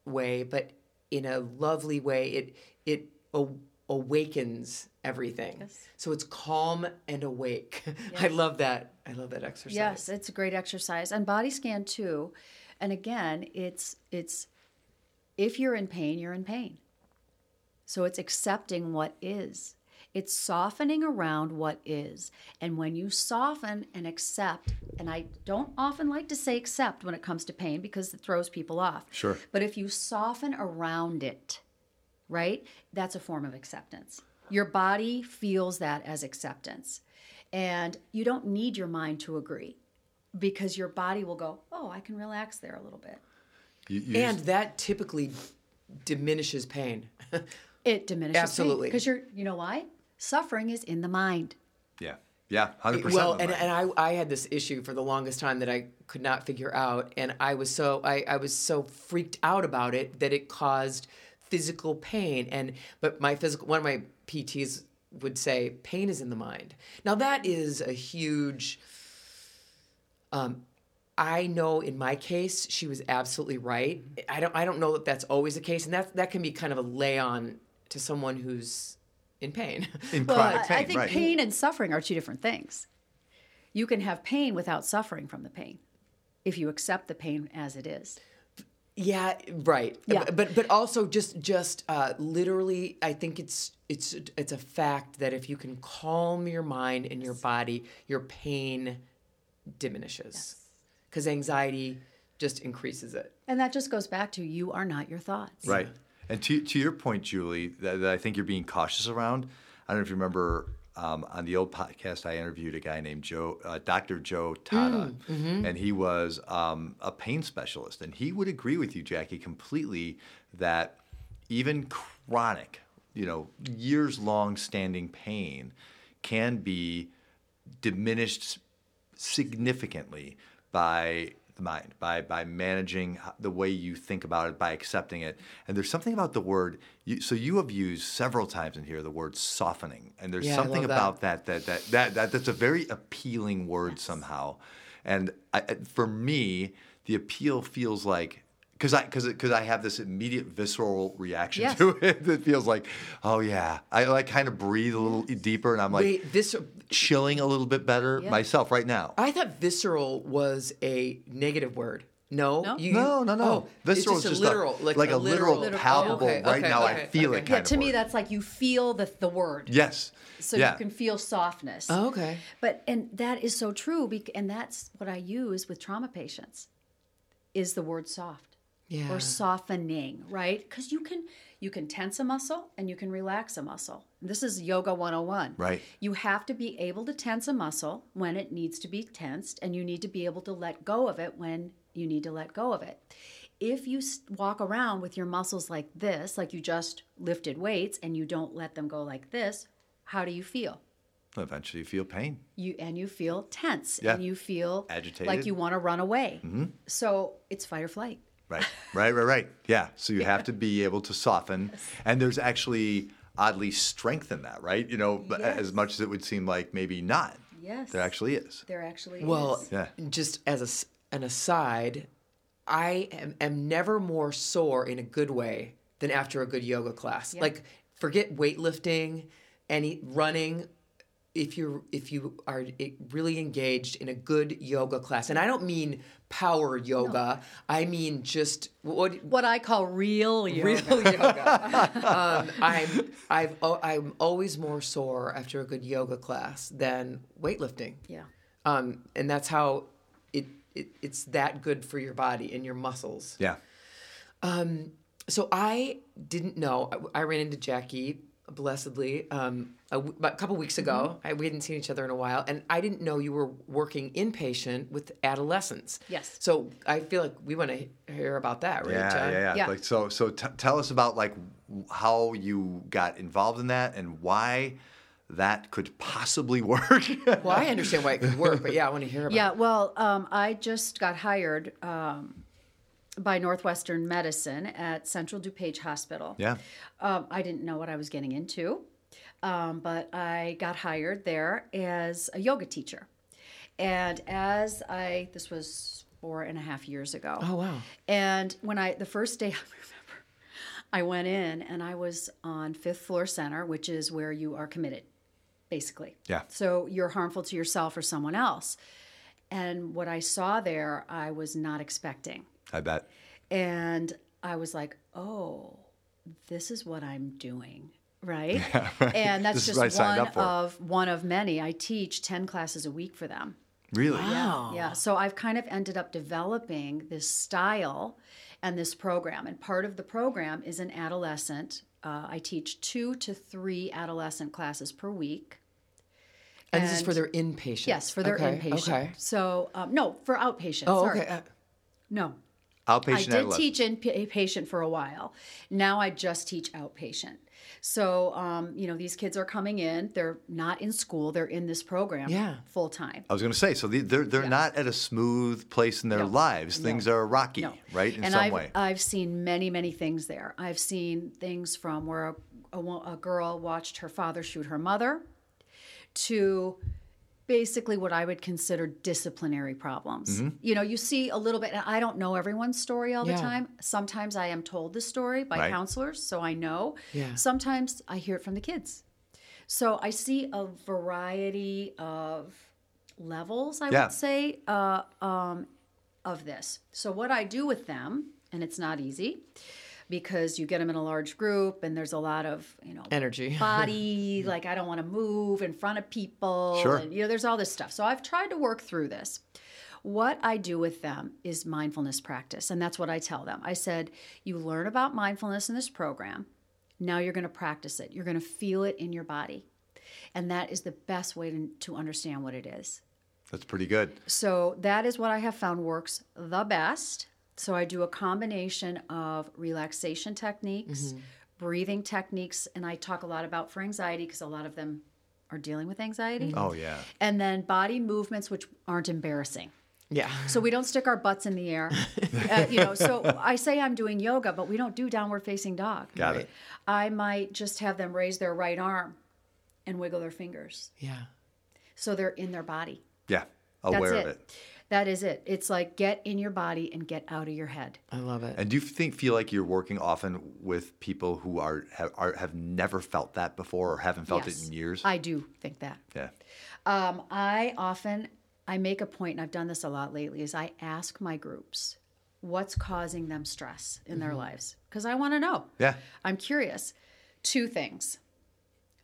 Speaker 2: way but in a lovely way it it a- awakens everything so it's calm and awake i love that i love that exercise
Speaker 3: Yes, it's a great exercise and body scan too. And again, it's it's if you're in pain, you're in pain. So it's accepting what is. It's softening around what is. And when you soften and accept, and I don't often like to say accept when it comes to pain because it throws people off.
Speaker 1: Sure.
Speaker 3: But if you soften around it, right? That's a form of acceptance. Your body feels that as acceptance. And you don't need your mind to agree because your body will go, oh, I can relax there a little bit.
Speaker 1: You, you
Speaker 2: and that typically diminishes pain
Speaker 3: It diminishes.
Speaker 2: Absolutely.
Speaker 3: Because you're, you know why? Suffering is in the mind.
Speaker 1: yeah. Yeah. 100%
Speaker 2: well
Speaker 1: of
Speaker 2: and,
Speaker 1: mine.
Speaker 2: and I, I had this issue for the longest time that i could not figure out and i was so I, I was so freaked out about it that it caused physical pain and but my physical one of my pts would say pain is in the mind now that is a huge um, I know in my case she was absolutely right. I don't I don't know that that's always the case, and that that can be kind of a lay on to someone who's in pain.
Speaker 1: In
Speaker 3: Well,
Speaker 1: chronic
Speaker 3: I-
Speaker 1: pain,
Speaker 3: I think
Speaker 1: right.
Speaker 3: pain and suffering are two different things. You can have pain without suffering from the pain if you accept the pain as it is.
Speaker 2: Yeah, right.
Speaker 3: Yeah.
Speaker 2: But- But but also just just uh, literally, I think it's it's it's a fact that if you can calm your mind and your body, your pain diminishes because anxiety just increases it.
Speaker 3: And that just goes back to you are not your thoughts.
Speaker 1: Right. And to, to your point, Julie, that, that I think you're being cautious around. I don't know if you remember um, on the old podcast, I interviewed a guy named Joe, uh, Dr. Joe Tata, and he was um, a pain specialist. And he would agree with you, Jackie, completely that even chronic, you know, years long standing pain can be diminished significantly by the mind, by by managing h- the way you think about it, by accepting it. And there's something about the word. You, so you have used several times in here the word softening, and there's
Speaker 2: Yeah, I
Speaker 1: something
Speaker 2: love that.
Speaker 1: about that that, that that that that's a very appealing word somehow. And I, I- for me, the appeal feels like. Because I, cause, it- cause I have this immediate visceral reaction
Speaker 3: Yes.
Speaker 1: to it that feels like, oh yeah, I like kind of breathe a little deeper, and I'm like,
Speaker 2: Wait, this
Speaker 1: chilling a little bit better
Speaker 3: Yeah.
Speaker 1: myself right now.
Speaker 2: I thought visceral was a negative word. No,
Speaker 3: No?
Speaker 2: You-
Speaker 1: no, no, no.
Speaker 2: Oh,
Speaker 1: this
Speaker 2: it's just a literal, like, a literal,
Speaker 1: palpable.
Speaker 2: Oh, okay,
Speaker 1: right
Speaker 2: okay,
Speaker 1: now, I
Speaker 2: okay,
Speaker 1: feel
Speaker 2: okay.
Speaker 1: it. Kind
Speaker 3: Yeah,
Speaker 1: of
Speaker 3: to me,
Speaker 1: word.
Speaker 3: that's like you feel the, the word.
Speaker 1: yes.
Speaker 3: So
Speaker 1: yeah.
Speaker 3: you can feel softness.
Speaker 2: Oh, okay.
Speaker 3: But and that is so true, bec- and that's what I use with trauma patients, is the word soft
Speaker 2: Yeah.
Speaker 3: or softening, right? Because you can you can tense a muscle and you can relax a muscle. This is yoga 101.
Speaker 1: Right.
Speaker 3: You have to be able to tense a muscle when it needs to be tensed, and you need to be able to let go of it when you need to let go of it. If you s- walk around with your muscles like this, like you just lifted weights, and you don't let them go like this, how do you feel?
Speaker 1: Eventually, you feel pain.
Speaker 3: you and you feel tense
Speaker 1: Yeah.
Speaker 3: and you feel
Speaker 1: Agitated. Mm-hmm.
Speaker 3: like you want to run away so it's fight or flight
Speaker 1: Right, right, right, right. Yeah. So you have to be able to soften, and there's actually oddly strength in that, right? You know, but as
Speaker 3: Yes.
Speaker 1: much as it would seem like maybe not,
Speaker 3: yes
Speaker 1: there actually is.
Speaker 3: there actually
Speaker 2: Well,
Speaker 3: is.
Speaker 1: Yeah.
Speaker 2: just as a s an aside, I am, am never more sore in a good way than after a good yoga class. Like forget weightlifting, any running. If you if you are i- really engaged in a good yoga class, and I don't mean power yoga, I mean just what
Speaker 3: what i call real yoga.
Speaker 2: real yoga. um, I'm I've al- I'm always more sore after a good yoga class than weightlifting.
Speaker 3: yeah
Speaker 2: Um, and that's how it, it it's that good for your body and your muscles.
Speaker 1: Yeah.
Speaker 2: So I didn't know. I, I ran into Jackie blessedly um, a, w- about a couple weeks ago.
Speaker 3: Mm-hmm.
Speaker 2: I, we hadn't seen each other in a while, and I didn't know you were working inpatient with adolescents.
Speaker 3: Yes.
Speaker 2: So I feel like we want to hear about that, right?
Speaker 1: Yeah,
Speaker 2: John?
Speaker 1: yeah, yeah,
Speaker 3: Yeah.
Speaker 1: Like so, so t- tell us about like w- how you got involved in that and why that could possibly work.
Speaker 2: Well, I understand why it could work, but yeah, I want to hear about.
Speaker 3: yeah well um, i just got hired um, by northwestern medicine at central dupage hospital
Speaker 1: yeah.
Speaker 3: Um, I didn't know what I was getting into, um, but I got hired there as a yoga teacher. And as I, this was four and a half years ago.
Speaker 2: Oh wow.
Speaker 3: And when I, the first day I remember, I went in and I was on fifth floor center, which is where you are committed, basically.
Speaker 1: Yeah.
Speaker 3: So you're harmful to yourself or someone else. And what I saw there, I was not expecting.
Speaker 1: I bet.
Speaker 3: And I was like, oh, this is what I'm doing. Right? And that's
Speaker 1: This is
Speaker 3: just
Speaker 1: what I signed
Speaker 3: one
Speaker 1: up for.
Speaker 3: of one of many. I teach 10 classes a week for them.
Speaker 1: Really.
Speaker 2: Wow.
Speaker 3: Yeah. So I've kind of ended up developing this style and this program. And part of the program is an adolescent. Uh, I teach two to three adolescent classes per week.
Speaker 2: And, this is for
Speaker 3: And-
Speaker 2: their inpatient.
Speaker 3: Yes, for their
Speaker 2: Okay,
Speaker 3: inpatient.
Speaker 2: Okay.
Speaker 3: So, um, no, for outpatient.
Speaker 2: Oh,
Speaker 3: sorry.
Speaker 2: okay. Uh,
Speaker 3: No,
Speaker 1: Outpatient
Speaker 3: I did
Speaker 1: adolescent.
Speaker 3: teach inpatient for a while. Now I just teach outpatient. So, um, you know, these kids are coming in. They're not in school. They're in this program
Speaker 2: Yeah.
Speaker 3: full time.
Speaker 1: I was going to say, so the- they're they're not at a smooth place in their lives. Things are rocky,
Speaker 3: No.
Speaker 1: right? In
Speaker 3: and
Speaker 1: some
Speaker 3: I've, uh,
Speaker 1: way.
Speaker 3: I've seen many, many things there. I've seen things from where a, a, wo- a girl watched her father shoot her mother to basically what I would consider disciplinary problems.
Speaker 1: Mm-hmm.
Speaker 3: You know, you see a little bit, and I don't know everyone's story all
Speaker 2: Yeah.
Speaker 3: the time. Sometimes I am told the story by
Speaker 1: Right.
Speaker 3: counselors, so I know.
Speaker 2: Yeah.
Speaker 3: Sometimes I hear it from the kids. So I see a variety of levels, I
Speaker 1: Yeah.
Speaker 3: would say, uh, um, of this. So what I do with them, and it's not easy because you get them in a large group and there's a lot of, you know,
Speaker 2: Energy.
Speaker 3: body like i don't want to move in front of people
Speaker 1: Sure.
Speaker 3: and, you know there's all this stuff so i've tried to work through this what i do with them is mindfulness practice and that's what i tell them i said you learn about mindfulness in this program now you're going to practice it you're going to feel it in your body and that is the best way to, to understand what it is
Speaker 1: That's pretty good.
Speaker 3: so that is what I have found works the best. So I do a combination of relaxation techniques,
Speaker 1: Mm-hmm.
Speaker 3: breathing techniques, and I talk a lot about for anxiety because a lot of them are dealing with anxiety.
Speaker 1: Oh yeah.
Speaker 3: And then body movements which aren't embarrassing.
Speaker 2: Yeah.
Speaker 3: So we don't stick our butts in the air. Uh, you know, so I say I'm doing yoga, but we don't do downward facing dog.
Speaker 1: Got it.
Speaker 3: I might just have them raise their right arm and wiggle their fingers.
Speaker 2: Yeah.
Speaker 3: So they're in their body.
Speaker 1: Yeah. Aware
Speaker 3: That's
Speaker 1: of
Speaker 3: it.
Speaker 1: it.
Speaker 3: That is it. It's like get in your body and get out of your head.
Speaker 2: I love it.
Speaker 1: And do you think feel like you're working often with people who are have, are, have never felt that before or haven't felt
Speaker 3: Yes.
Speaker 1: it in years?
Speaker 3: I do think that.
Speaker 1: yeah.
Speaker 3: Um, I often I make a point, and I've done this a lot lately, is I ask my groups what's causing them stress in
Speaker 1: Mm-hmm.
Speaker 3: their lives because I want to know.
Speaker 1: Yeah.
Speaker 3: I'm curious. Two things,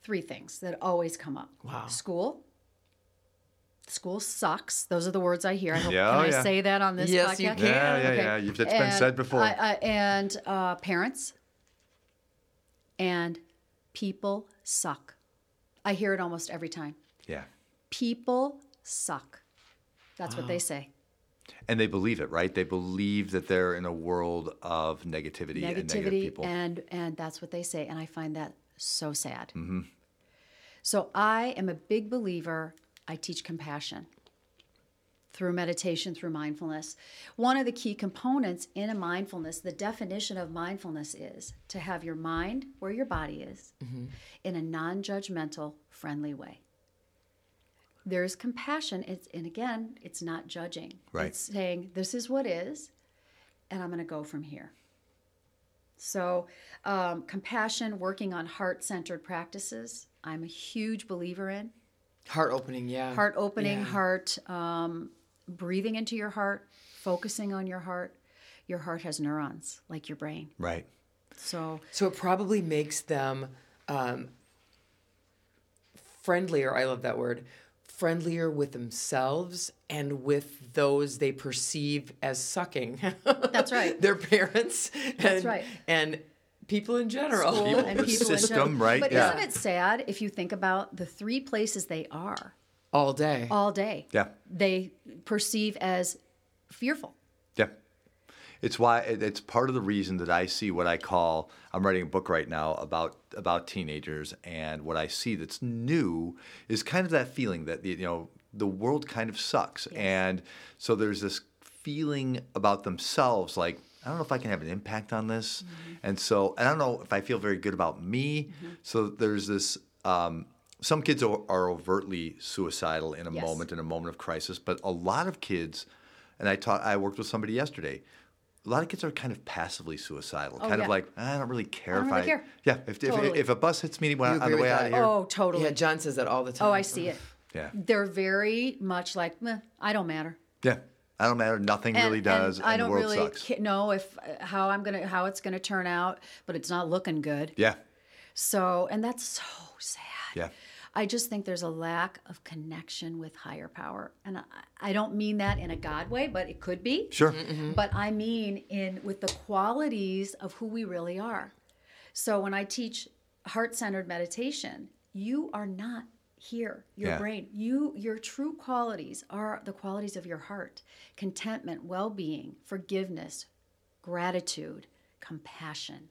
Speaker 3: three things that always come up.
Speaker 2: Wow.
Speaker 3: School. School sucks. Those are the words I hear. I hope,
Speaker 1: Yeah,
Speaker 3: can
Speaker 1: oh,
Speaker 3: I
Speaker 1: yeah.
Speaker 3: say that on this
Speaker 2: Yes, you
Speaker 3: podcast?
Speaker 2: can.
Speaker 1: Yeah, yeah, yeah. You've- it's been
Speaker 3: And
Speaker 1: said before.
Speaker 3: I, I, and uh, parents and people suck. I hear it almost every time.
Speaker 1: Yeah.
Speaker 3: People suck. That's what they say.
Speaker 1: And they believe it, right? They believe that they're in a world of negativity, and negative
Speaker 3: negativity
Speaker 1: people.
Speaker 3: and and that's what they say and i find that so sad
Speaker 1: Mm-hmm.
Speaker 3: so i am a big believer i teach compassion through meditation through mindfulness one of the key components in a mindfulness the definition of mindfulness is to have your mind where your body is in a non-judgmental friendly way there is compassion it's and again it's not judging
Speaker 1: Right.
Speaker 3: it's saying this is what is and i'm going to go from here so, um, compassion, working on heart centered practices, I'm a huge believer in.
Speaker 2: Heart opening. Yeah.
Speaker 3: Heart opening,
Speaker 2: Yeah.
Speaker 3: heart, um, breathing into your heart, focusing on your heart. Your heart has neurons like your brain.
Speaker 1: right.
Speaker 3: So,
Speaker 2: So it probably makes them um, friendlier. I love that word. Friendlier with themselves and with those they perceive as sucking. That's
Speaker 3: right.
Speaker 2: Their parents. And, That's
Speaker 3: right.
Speaker 2: And people in general.
Speaker 3: school
Speaker 1: People, the
Speaker 3: in
Speaker 1: system,
Speaker 3: general.
Speaker 1: right?
Speaker 3: But
Speaker 1: Yeah.
Speaker 3: isn't it sad if you think about the three places they are
Speaker 2: All day.
Speaker 3: all day?
Speaker 1: Yeah.
Speaker 3: They perceive as fearful.
Speaker 1: Yeah. It's why it- it's part of the reason that I see what I call I'm writing a book right now about about teenagers and what I see that's new is kind of that feeling that you know the world kind of sucks and so there's this feeling about themselves like I don't know if I can have an impact on this and so and I don't know if I feel very good about me so there's this um, some kids are, are overtly suicidal in a
Speaker 3: Yes.
Speaker 1: moment in a moment of crisis but a lot of kids and I taught I worked with somebody yesterday. A lot of kids are kind of passively suicidal, kind of
Speaker 3: Oh, yeah.
Speaker 1: like I don't really care
Speaker 3: I don't
Speaker 1: if
Speaker 3: really
Speaker 1: I
Speaker 3: care."
Speaker 1: yeah. If, if,
Speaker 3: Totally.
Speaker 1: if a bus hits me when,
Speaker 2: You
Speaker 1: on
Speaker 2: agree
Speaker 1: the
Speaker 2: with
Speaker 1: way out
Speaker 2: that?
Speaker 1: of here,
Speaker 3: Oh, totally.
Speaker 2: yeah, John says that all the time.
Speaker 3: Oh, I see it.
Speaker 1: yeah,
Speaker 3: They're very much like, Meh, I don't matter.
Speaker 1: yeah, I don't matter. Nothing
Speaker 3: And-
Speaker 1: really does, and,
Speaker 3: I don't
Speaker 1: the world
Speaker 3: really
Speaker 1: sucks.
Speaker 3: ca- know if uh, how I'm gonna how it's gonna turn out, but it's not looking good.
Speaker 1: yeah,
Speaker 3: So, and that's so sad.
Speaker 1: yeah,
Speaker 3: I just think there's a lack of connection with higher power, and I, I don't mean that in a God way, but it could be.
Speaker 1: sure,
Speaker 3: But I mean in with the qualities of who we really are. So when I teach heart-centered meditation, you are not here, your
Speaker 1: Yeah.
Speaker 3: brain. You your true qualities are the qualities of your heart. Contentment, well-being, forgiveness, gratitude, compassion.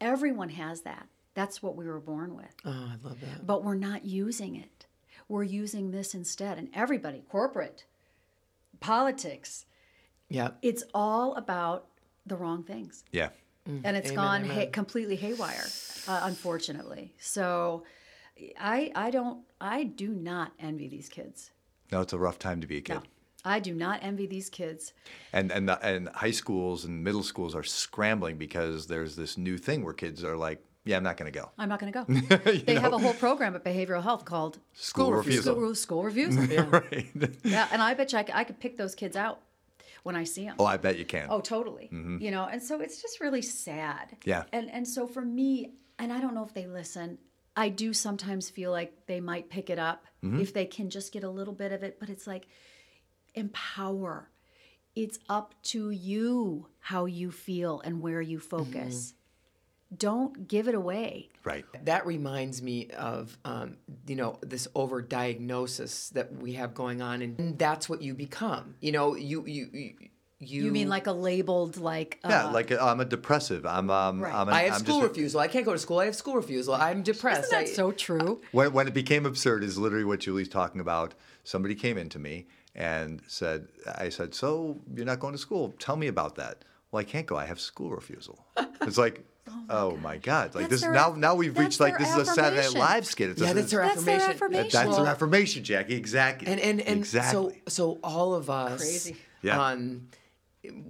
Speaker 3: Everyone has that. That's what we were born with
Speaker 2: Oh, I love that.
Speaker 3: but we're not using it. We're using this instead. And everybody, corporate, politics,
Speaker 2: Yeah.
Speaker 3: it's all about the wrong things.
Speaker 1: yeah.
Speaker 3: And it's
Speaker 2: Amen,
Speaker 3: gone
Speaker 2: amen.
Speaker 3: ha- completely haywire, uh, unfortunately. So I, I don't, I do not envy these kids.
Speaker 1: Now it's a rough time to be a kid.
Speaker 3: No, I do not envy these kids.
Speaker 1: And and the, and high schools and middle schools are scrambling because there's this new thing where kids are like, yeah, I'm not going to go.
Speaker 3: I'm not going to go. they have a whole program at behavioral health called
Speaker 1: School refusal.
Speaker 3: School, school reviews. yeah.
Speaker 1: right.
Speaker 3: and I bet you I, c- I could pick those kids out when I see them.
Speaker 1: Oh, I bet you can.
Speaker 3: Oh, totally. You know, and so it's just really sad.
Speaker 1: Mm-hmm. Yeah.
Speaker 3: And and so for me, and I don't know if they listen. I do sometimes feel like they might pick it up
Speaker 1: Mm-hmm.
Speaker 3: if they can just get a little bit of it, but it's like empower. It's up to you how you feel and where you focus.
Speaker 1: Mm-hmm.
Speaker 3: Don't give it away.
Speaker 1: Right.
Speaker 2: That reminds me of, um, you know, this overdiagnosis that we have going on, and that's what you become. You know, you you you. You,
Speaker 3: You mean like a labeled like uh,
Speaker 1: Mm-hmm. Yeah, like uh, I'm a depressive. I'm um.
Speaker 3: Right.
Speaker 1: I'm an,
Speaker 2: I have
Speaker 1: I'm
Speaker 2: school
Speaker 1: just,
Speaker 2: refusal. I can't go to school. I have school refusal. I'm depressed.
Speaker 3: isn't that
Speaker 2: I-
Speaker 3: so true?
Speaker 1: When, when it became absurd is literally what Julie's talking about. Somebody came in to me and said, I said, so you're not going to school. Tell me about that. Well, I can't go. I have school refusal. It's like, oh my, God. Like this
Speaker 3: That's their-
Speaker 1: now, now we've
Speaker 3: that's
Speaker 1: reached like
Speaker 3: their
Speaker 1: this is a Saturday Night
Speaker 3: affirmation.
Speaker 1: Live skit. It's
Speaker 2: yeah,
Speaker 1: a-
Speaker 2: that's her
Speaker 3: That's their
Speaker 2: affirmation.
Speaker 1: That-
Speaker 3: affirmation.
Speaker 1: that's
Speaker 2: Well-
Speaker 1: an affirmation, Jackie. Exactly.
Speaker 2: And and and so
Speaker 1: exactly.
Speaker 2: so all of us.
Speaker 3: Crazy.
Speaker 1: Yeah.
Speaker 2: Um,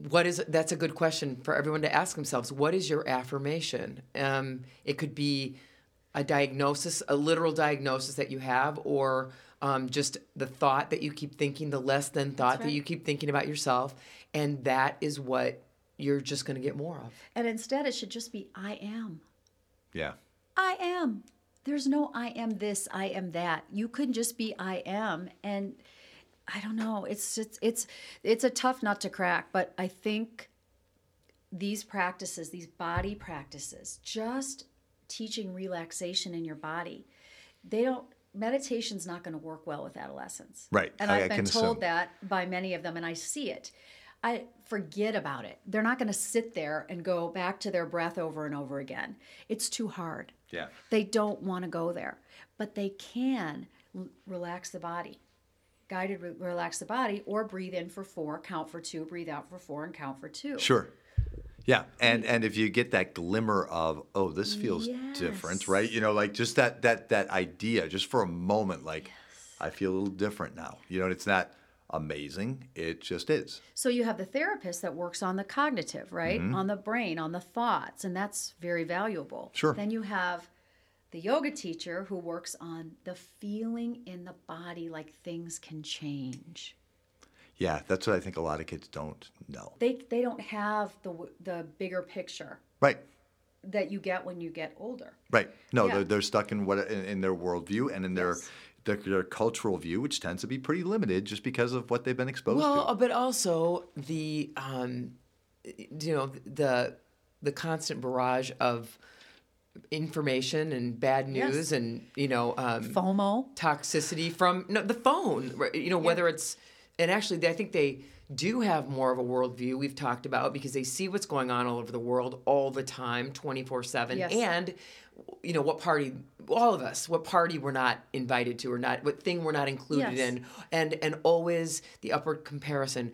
Speaker 2: what is that's a good question for everyone to ask themselves. What is your affirmation? Um, it could be a diagnosis, a literal diagnosis that you have, or um, just the thought that you keep thinking, the less than thought that
Speaker 3: right.
Speaker 2: you keep thinking about yourself, and that is what you're just going to get more of.
Speaker 3: And instead, it should just be I am.
Speaker 1: yeah.
Speaker 3: I am. There's no I am this, I am that. You can just be I am and I don't know. It's it's it's it's a tough nut to crack, but I think these practices, these body practices, just teaching relaxation in your body, they don't meditation's not going to work well with adolescents.
Speaker 1: Right.
Speaker 3: And
Speaker 1: I-
Speaker 3: I've
Speaker 1: I
Speaker 3: been
Speaker 1: can
Speaker 3: told
Speaker 1: assume.
Speaker 3: that by many of them and I see it. I forget about it. They're not going to sit there and go back to their breath over and over again. It's too hard.
Speaker 1: Yeah.
Speaker 3: They don't want to go there, but they can l- relax the body. Guided re- relax the body or breathe in for 4, count for 2, breathe out for 4 and count for 2.
Speaker 1: Sure. Yeah, and
Speaker 3: Mm.
Speaker 1: and if you get that glimmer of oh this feels different,
Speaker 3: Yes.
Speaker 1: right? You know, like just that that that idea, just for a moment, like I feel a little different now. You know, and it's not amazing; it just is.
Speaker 3: So you have the therapist that works on the cognitive, right? On the brain, on the thoughts, and that's very valuable.
Speaker 1: Sure.
Speaker 3: Then you have the yoga teacher who works on the feeling in the body like things can change.
Speaker 1: Yeah, that's what I think a lot of kids don't know.
Speaker 3: They they don't have the w- the bigger picture
Speaker 1: Right,
Speaker 3: that you get when you get older.
Speaker 1: right. No,
Speaker 3: Yeah.
Speaker 1: they're, they're stuck in what in, in their worldview and in their,
Speaker 3: Yes.
Speaker 1: their their cultural view, which tends to be pretty limited just because of what they've been exposed
Speaker 2: Well,
Speaker 1: to.
Speaker 2: but also the um, you know the the constant barrage of information and bad
Speaker 3: Yes.
Speaker 2: news and you know um,
Speaker 3: FOMO.
Speaker 2: toxicity from no, the phone. right, You know whether it's and actually they- I think they do have more of a worldview we've talked about because they see what's going on all over the world all the time 24-7
Speaker 3: Yes.
Speaker 2: and you know what party all of us what party we're not invited to or not what thing we're not included
Speaker 3: Yes.
Speaker 2: in and and always the upward comparison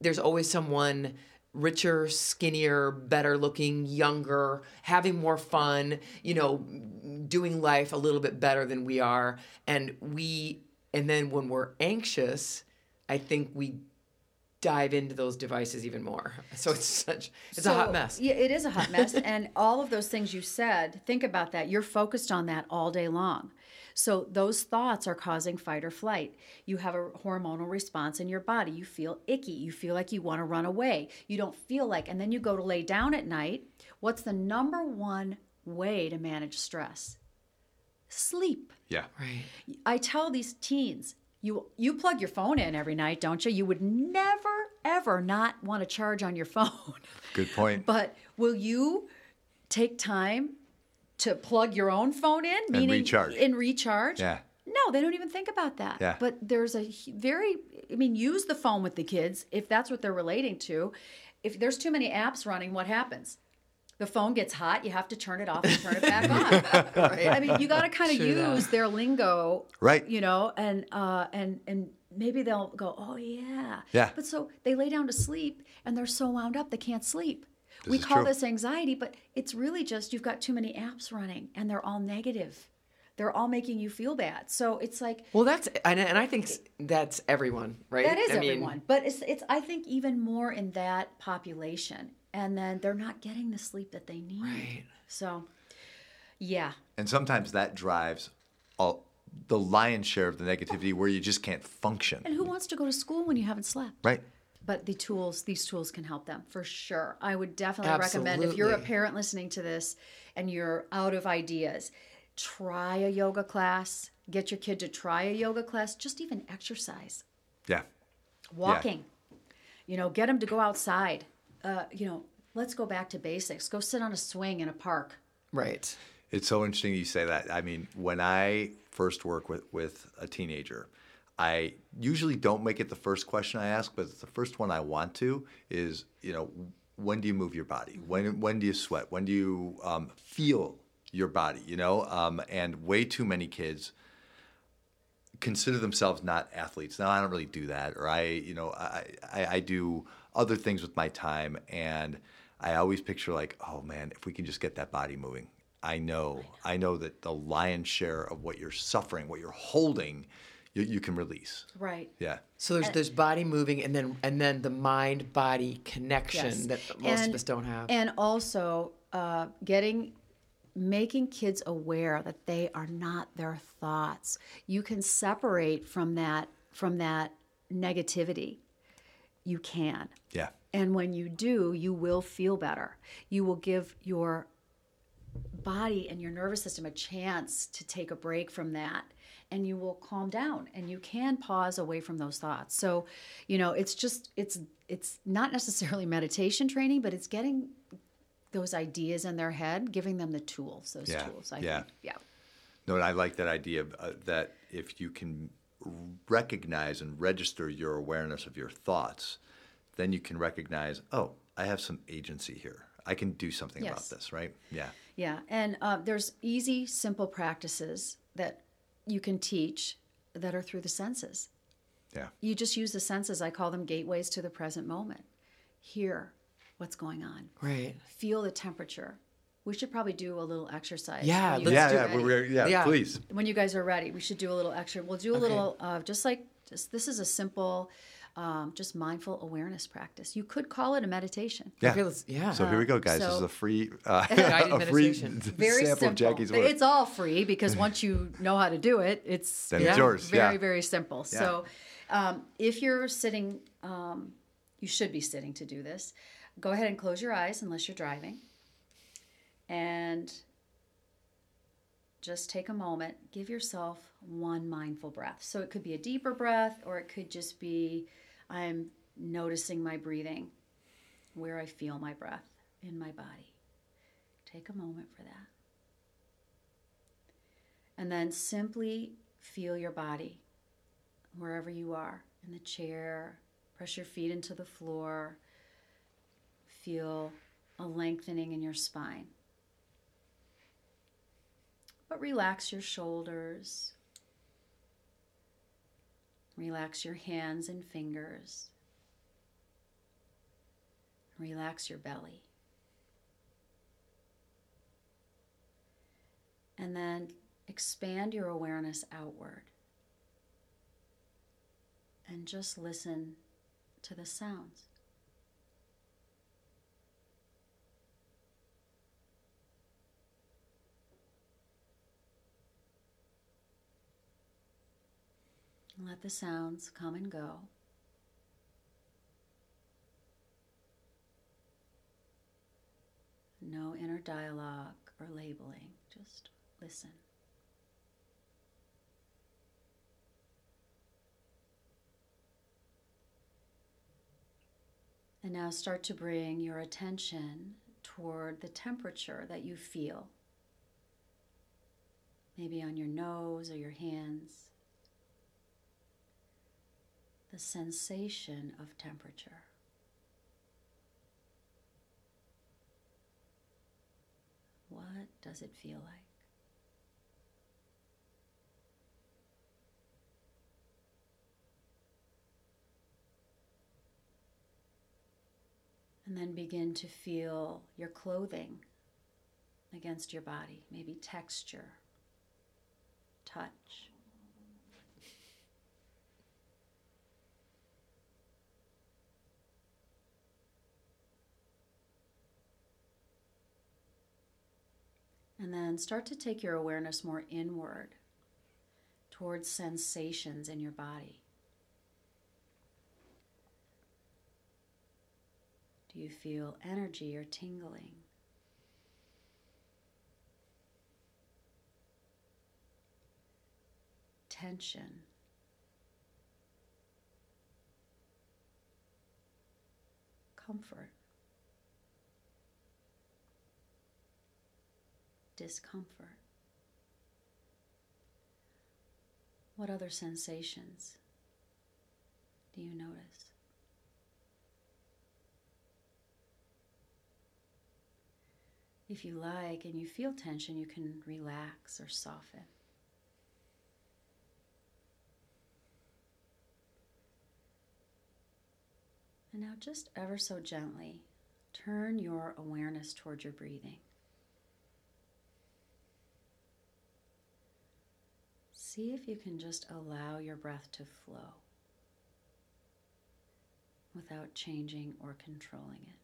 Speaker 2: there's always someone richer skinnier better looking younger having more fun you know doing life a little bit better than we are and we and then when we're anxious i think we dive into those devices even more so it's such it's a hot
Speaker 3: So,
Speaker 2: mess
Speaker 3: Yeah, it is a hot mess. and all of those things you said, think about that. You're focused on that all day long. So those thoughts are causing fight or flight. You have a hormonal response in your body. You feel icky. You feel like you want to run away. You don't feel like, and then you go to lay down at night. What's the number one way to manage stress? Sleep.
Speaker 1: Yeah,
Speaker 2: right
Speaker 3: I tell these teens, you you plug your phone in every night, don't you? You would never ever not want to charge on your phone.
Speaker 1: good point.
Speaker 3: But will you take time to plug your own phone in, meaning
Speaker 1: recharge.
Speaker 3: and recharge?
Speaker 1: yeah,
Speaker 3: No, they don't even think about that.
Speaker 1: Yeah.
Speaker 3: But there's a hu- very, I mean, use the phone with the kids if that's what they're relating to. If there's too many apps running, what happens? The phone gets hot. You have to turn it off and turn it back on. I mean, you got to kind of
Speaker 2: True that.
Speaker 3: use their lingo,
Speaker 1: Right.
Speaker 3: You know, and uh, and and maybe they'll go, oh yeah,
Speaker 1: Yeah.
Speaker 3: But so they lay down to sleep and they're so wound up they can't sleep. we
Speaker 1: is
Speaker 3: call
Speaker 1: true.
Speaker 3: this anxiety, but it's really just you've got too many apps running and they're all negative. they're all making you feel bad. So it's like
Speaker 2: Well, that's and, and I think s- that's everyone, right?
Speaker 3: that is
Speaker 2: I mean,
Speaker 3: everyone, but it's it's I think even more in that population, and then they're not getting the sleep that they need.
Speaker 2: Right.
Speaker 3: So, yeah,
Speaker 1: And sometimes that drives all, the lion's share of the negativity where you just can't
Speaker 3: and
Speaker 1: function.
Speaker 3: who wants to go to school when you haven't slept?
Speaker 1: Right.
Speaker 3: but the tools these tools can help them for sure i would definitely recommend if you're a
Speaker 2: Absolutely.
Speaker 3: parent listening to this and you're out of ideas try a yoga class get your kid to try a yoga class just even exercise
Speaker 1: Yeah.
Speaker 3: walking you know get them to go outside uh, you know let's go back to basics go sit on a swing in a park
Speaker 2: Right.
Speaker 1: It's so interesting you say that. I mean, when I first work with, with a teenager, I usually don't make it the first question I ask, but it's the first one I want to is, you know, when do you move your body? When when do you sweat? When do you um, feel your body? You know, um, and way too many kids consider themselves not athletes. Now I don't really do that, or I, you know, I, I, I do other things with my time, and I always picture like, oh man, if we can just get that body moving. I know, I know that the lion's share of what you're suffering, what you're holding, you, you can release.
Speaker 3: right
Speaker 1: Yeah.
Speaker 2: So
Speaker 3: Uh,
Speaker 2: there's there's body moving and then and then the mind body connection that most
Speaker 3: And-
Speaker 2: of us don't have.
Speaker 3: And also uh, getting making kids aware that they are not their thoughts. You can separate from that from that negativity. You can.
Speaker 1: Yeah.
Speaker 3: And when you do, you will feel better. You will give your body and your nervous system a chance to take a break from that and you will calm down and you can pause away from those thoughts. So, you know, it's just it's it's not necessarily meditation training, but it's getting those ideas in their head, giving them the tools, those
Speaker 1: Yeah,
Speaker 3: tools, I
Speaker 1: yeah.
Speaker 3: think. Yeah.
Speaker 1: No, and I like that idea of, uh, that if you can recognize and register your awareness of your thoughts, then you can recognize, oh, I have some agency here. I can do something about
Speaker 3: Yes.
Speaker 1: this, right? Yeah.
Speaker 3: Yeah, and uh, there's easy, simple practices that you can teach that are through the senses.
Speaker 1: Yeah.
Speaker 3: you just use the senses. I call them gateways to the present moment. Hear what's going on.
Speaker 2: right.
Speaker 3: Feel the temperature. We should probably do a little exercise.
Speaker 2: Yeah,
Speaker 3: when you
Speaker 2: let's
Speaker 1: yeah,
Speaker 3: guys are
Speaker 1: yeah,
Speaker 3: ready.
Speaker 1: we're, we're- yeah,
Speaker 2: Yeah.
Speaker 1: please.
Speaker 3: When you guys are ready, we should do a little extra. We'll do a little, uh, just like just, this is a simple, um, just mindful awareness practice. You could call it a meditation.
Speaker 1: Yeah.
Speaker 2: Okay, let's- yeah.
Speaker 1: So here we go, guys. this
Speaker 3: so-
Speaker 1: is a free, uh,
Speaker 2: Guided
Speaker 1: a free
Speaker 2: meditation.
Speaker 1: sample
Speaker 3: Very simple.
Speaker 1: of Jackie's work.
Speaker 3: It's all free because once you know how to do it, it's
Speaker 1: Then it's
Speaker 2: Yeah.
Speaker 1: yours.
Speaker 3: very
Speaker 1: yeah.
Speaker 3: very simple so um, if you're sitting um, you should be sitting to do this go ahead and close your eyes unless you're driving and just take a moment give yourself one mindful breath so it could be a deeper breath or it could just be i'm noticing my breathing where i feel my breath in my body take a moment for that and then simply feel your body wherever you are in the chair. Press your feet into the floor. Feel a lengthening in your spine. But relax your shoulders. Relax your hands and fingers. Relax your belly. And then expand your awareness outward. And just listen to the sounds. Let the sounds come and go. No inner dialogue or labeling, just listen. And now start to bring your attention toward the temperature that you feel. Maybe on your nose or your hands. The sensation of temperature. What does it feel like? And then begin to feel your clothing against your body, maybe texture, touch. And then start to take your awareness more inward towards sensations in your body. Do you feel energy or tingling? Tension. Comfort. Discomfort. What other sensations do you notice? If you like and you feel tension, you can relax or soften. And now, just ever so gently, turn your awareness toward your breathing. See if you can just allow your breath to flow without changing or controlling it.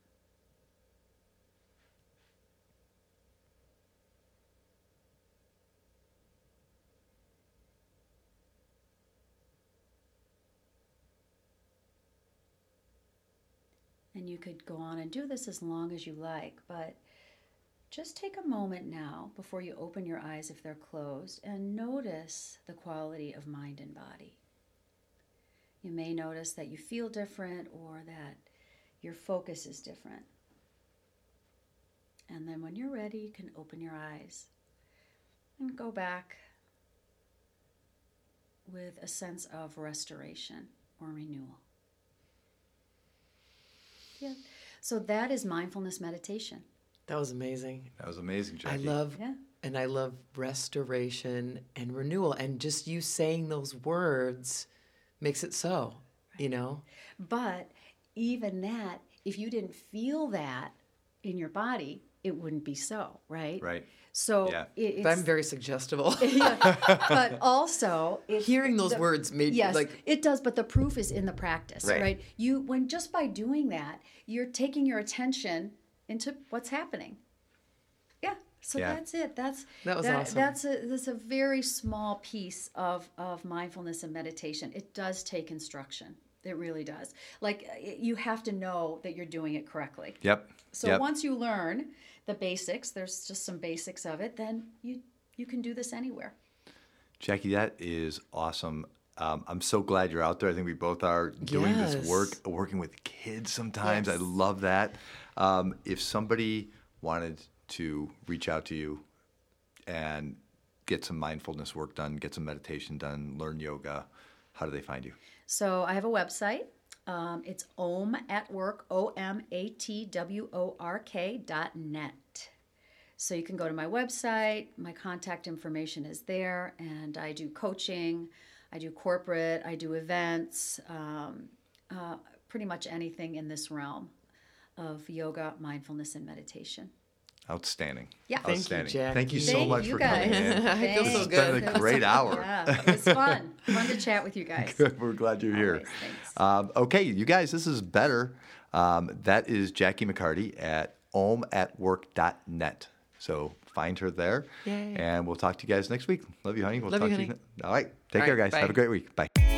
Speaker 3: And you could go on and do this as long as you like, but just take a moment now before you open your eyes if they're closed and notice the quality of mind and body. You may notice that you feel different or that your focus is different. And then when you're ready, you can open your eyes and go back with a sense of restoration or renewal. Yeah. So that is mindfulness meditation.
Speaker 2: That was amazing.
Speaker 1: That was amazing, Jackie.
Speaker 2: I love
Speaker 3: Yeah.
Speaker 2: and I love restoration and renewal and just you saying those words makes it so, you know.
Speaker 3: But even that, if you didn't feel that in your body, it wouldn't be so, right?
Speaker 1: Right.
Speaker 3: So
Speaker 1: Yeah.
Speaker 3: it- it's,
Speaker 2: But I'm very suggestible.
Speaker 3: but also it's
Speaker 2: Hearing those
Speaker 3: the-
Speaker 2: words made
Speaker 3: Yes,
Speaker 2: like
Speaker 3: it does, but the proof is in the practice,
Speaker 2: Right.
Speaker 3: right. You when just by doing that, you're taking your attention into what's happening. Yeah. So
Speaker 1: Yeah.
Speaker 3: that's it. That's
Speaker 2: That was awesome.
Speaker 3: That's a that's a very small piece of of mindfulness and meditation. It does take instruction. It really does. Like uh, you have to know that you're doing it correctly.
Speaker 1: Yep.
Speaker 3: So
Speaker 1: yep.
Speaker 3: once you learn the basics, there's just some basics of it. Then you you can do this anywhere.
Speaker 1: Jackie, that is awesome. Um, I'm so glad you're out there. I think we both are doing
Speaker 2: Yes.
Speaker 1: this work, working with kids sometimes. I
Speaker 3: Yes.
Speaker 1: love that. Um, if somebody wanted to reach out to you and get some mindfulness work done, get some meditation done, learn yoga, how do they find you?
Speaker 3: So I have a website. Um, it's om at work, O M A T W O R K dot net. So you can go to my website. My contact information is there, and I do coaching, I do corporate, I do events, um, uh, pretty much anything in this realm of yoga, mindfulness, and meditation.
Speaker 1: Outstanding.
Speaker 3: Yeah. Thank you,
Speaker 1: Outstanding.
Speaker 2: Jackie.
Speaker 1: Thank you so
Speaker 3: Thank
Speaker 1: much
Speaker 3: you
Speaker 1: for
Speaker 3: guys.
Speaker 1: coming in.
Speaker 2: I feel so
Speaker 1: It's
Speaker 3: Thanks.
Speaker 2: good.
Speaker 1: been a great hour.
Speaker 3: Yeah, it was fun. fun to chat with you guys.
Speaker 1: We're glad you're here.
Speaker 3: Always, thanks.
Speaker 1: Um, okay, you guys, this is better. Um, that is Jackie McCarty at ohmatwork.net. So find her there.
Speaker 2: Yay.
Speaker 1: And we'll talk to you guys next week. Love you, honey. We'll
Speaker 2: Love
Speaker 1: talk
Speaker 2: you,
Speaker 1: to you.
Speaker 2: honey.
Speaker 1: ne- All right. Take
Speaker 2: All
Speaker 1: care,
Speaker 2: right,
Speaker 1: guys. Have
Speaker 2: bye.
Speaker 1: a great week. Bye.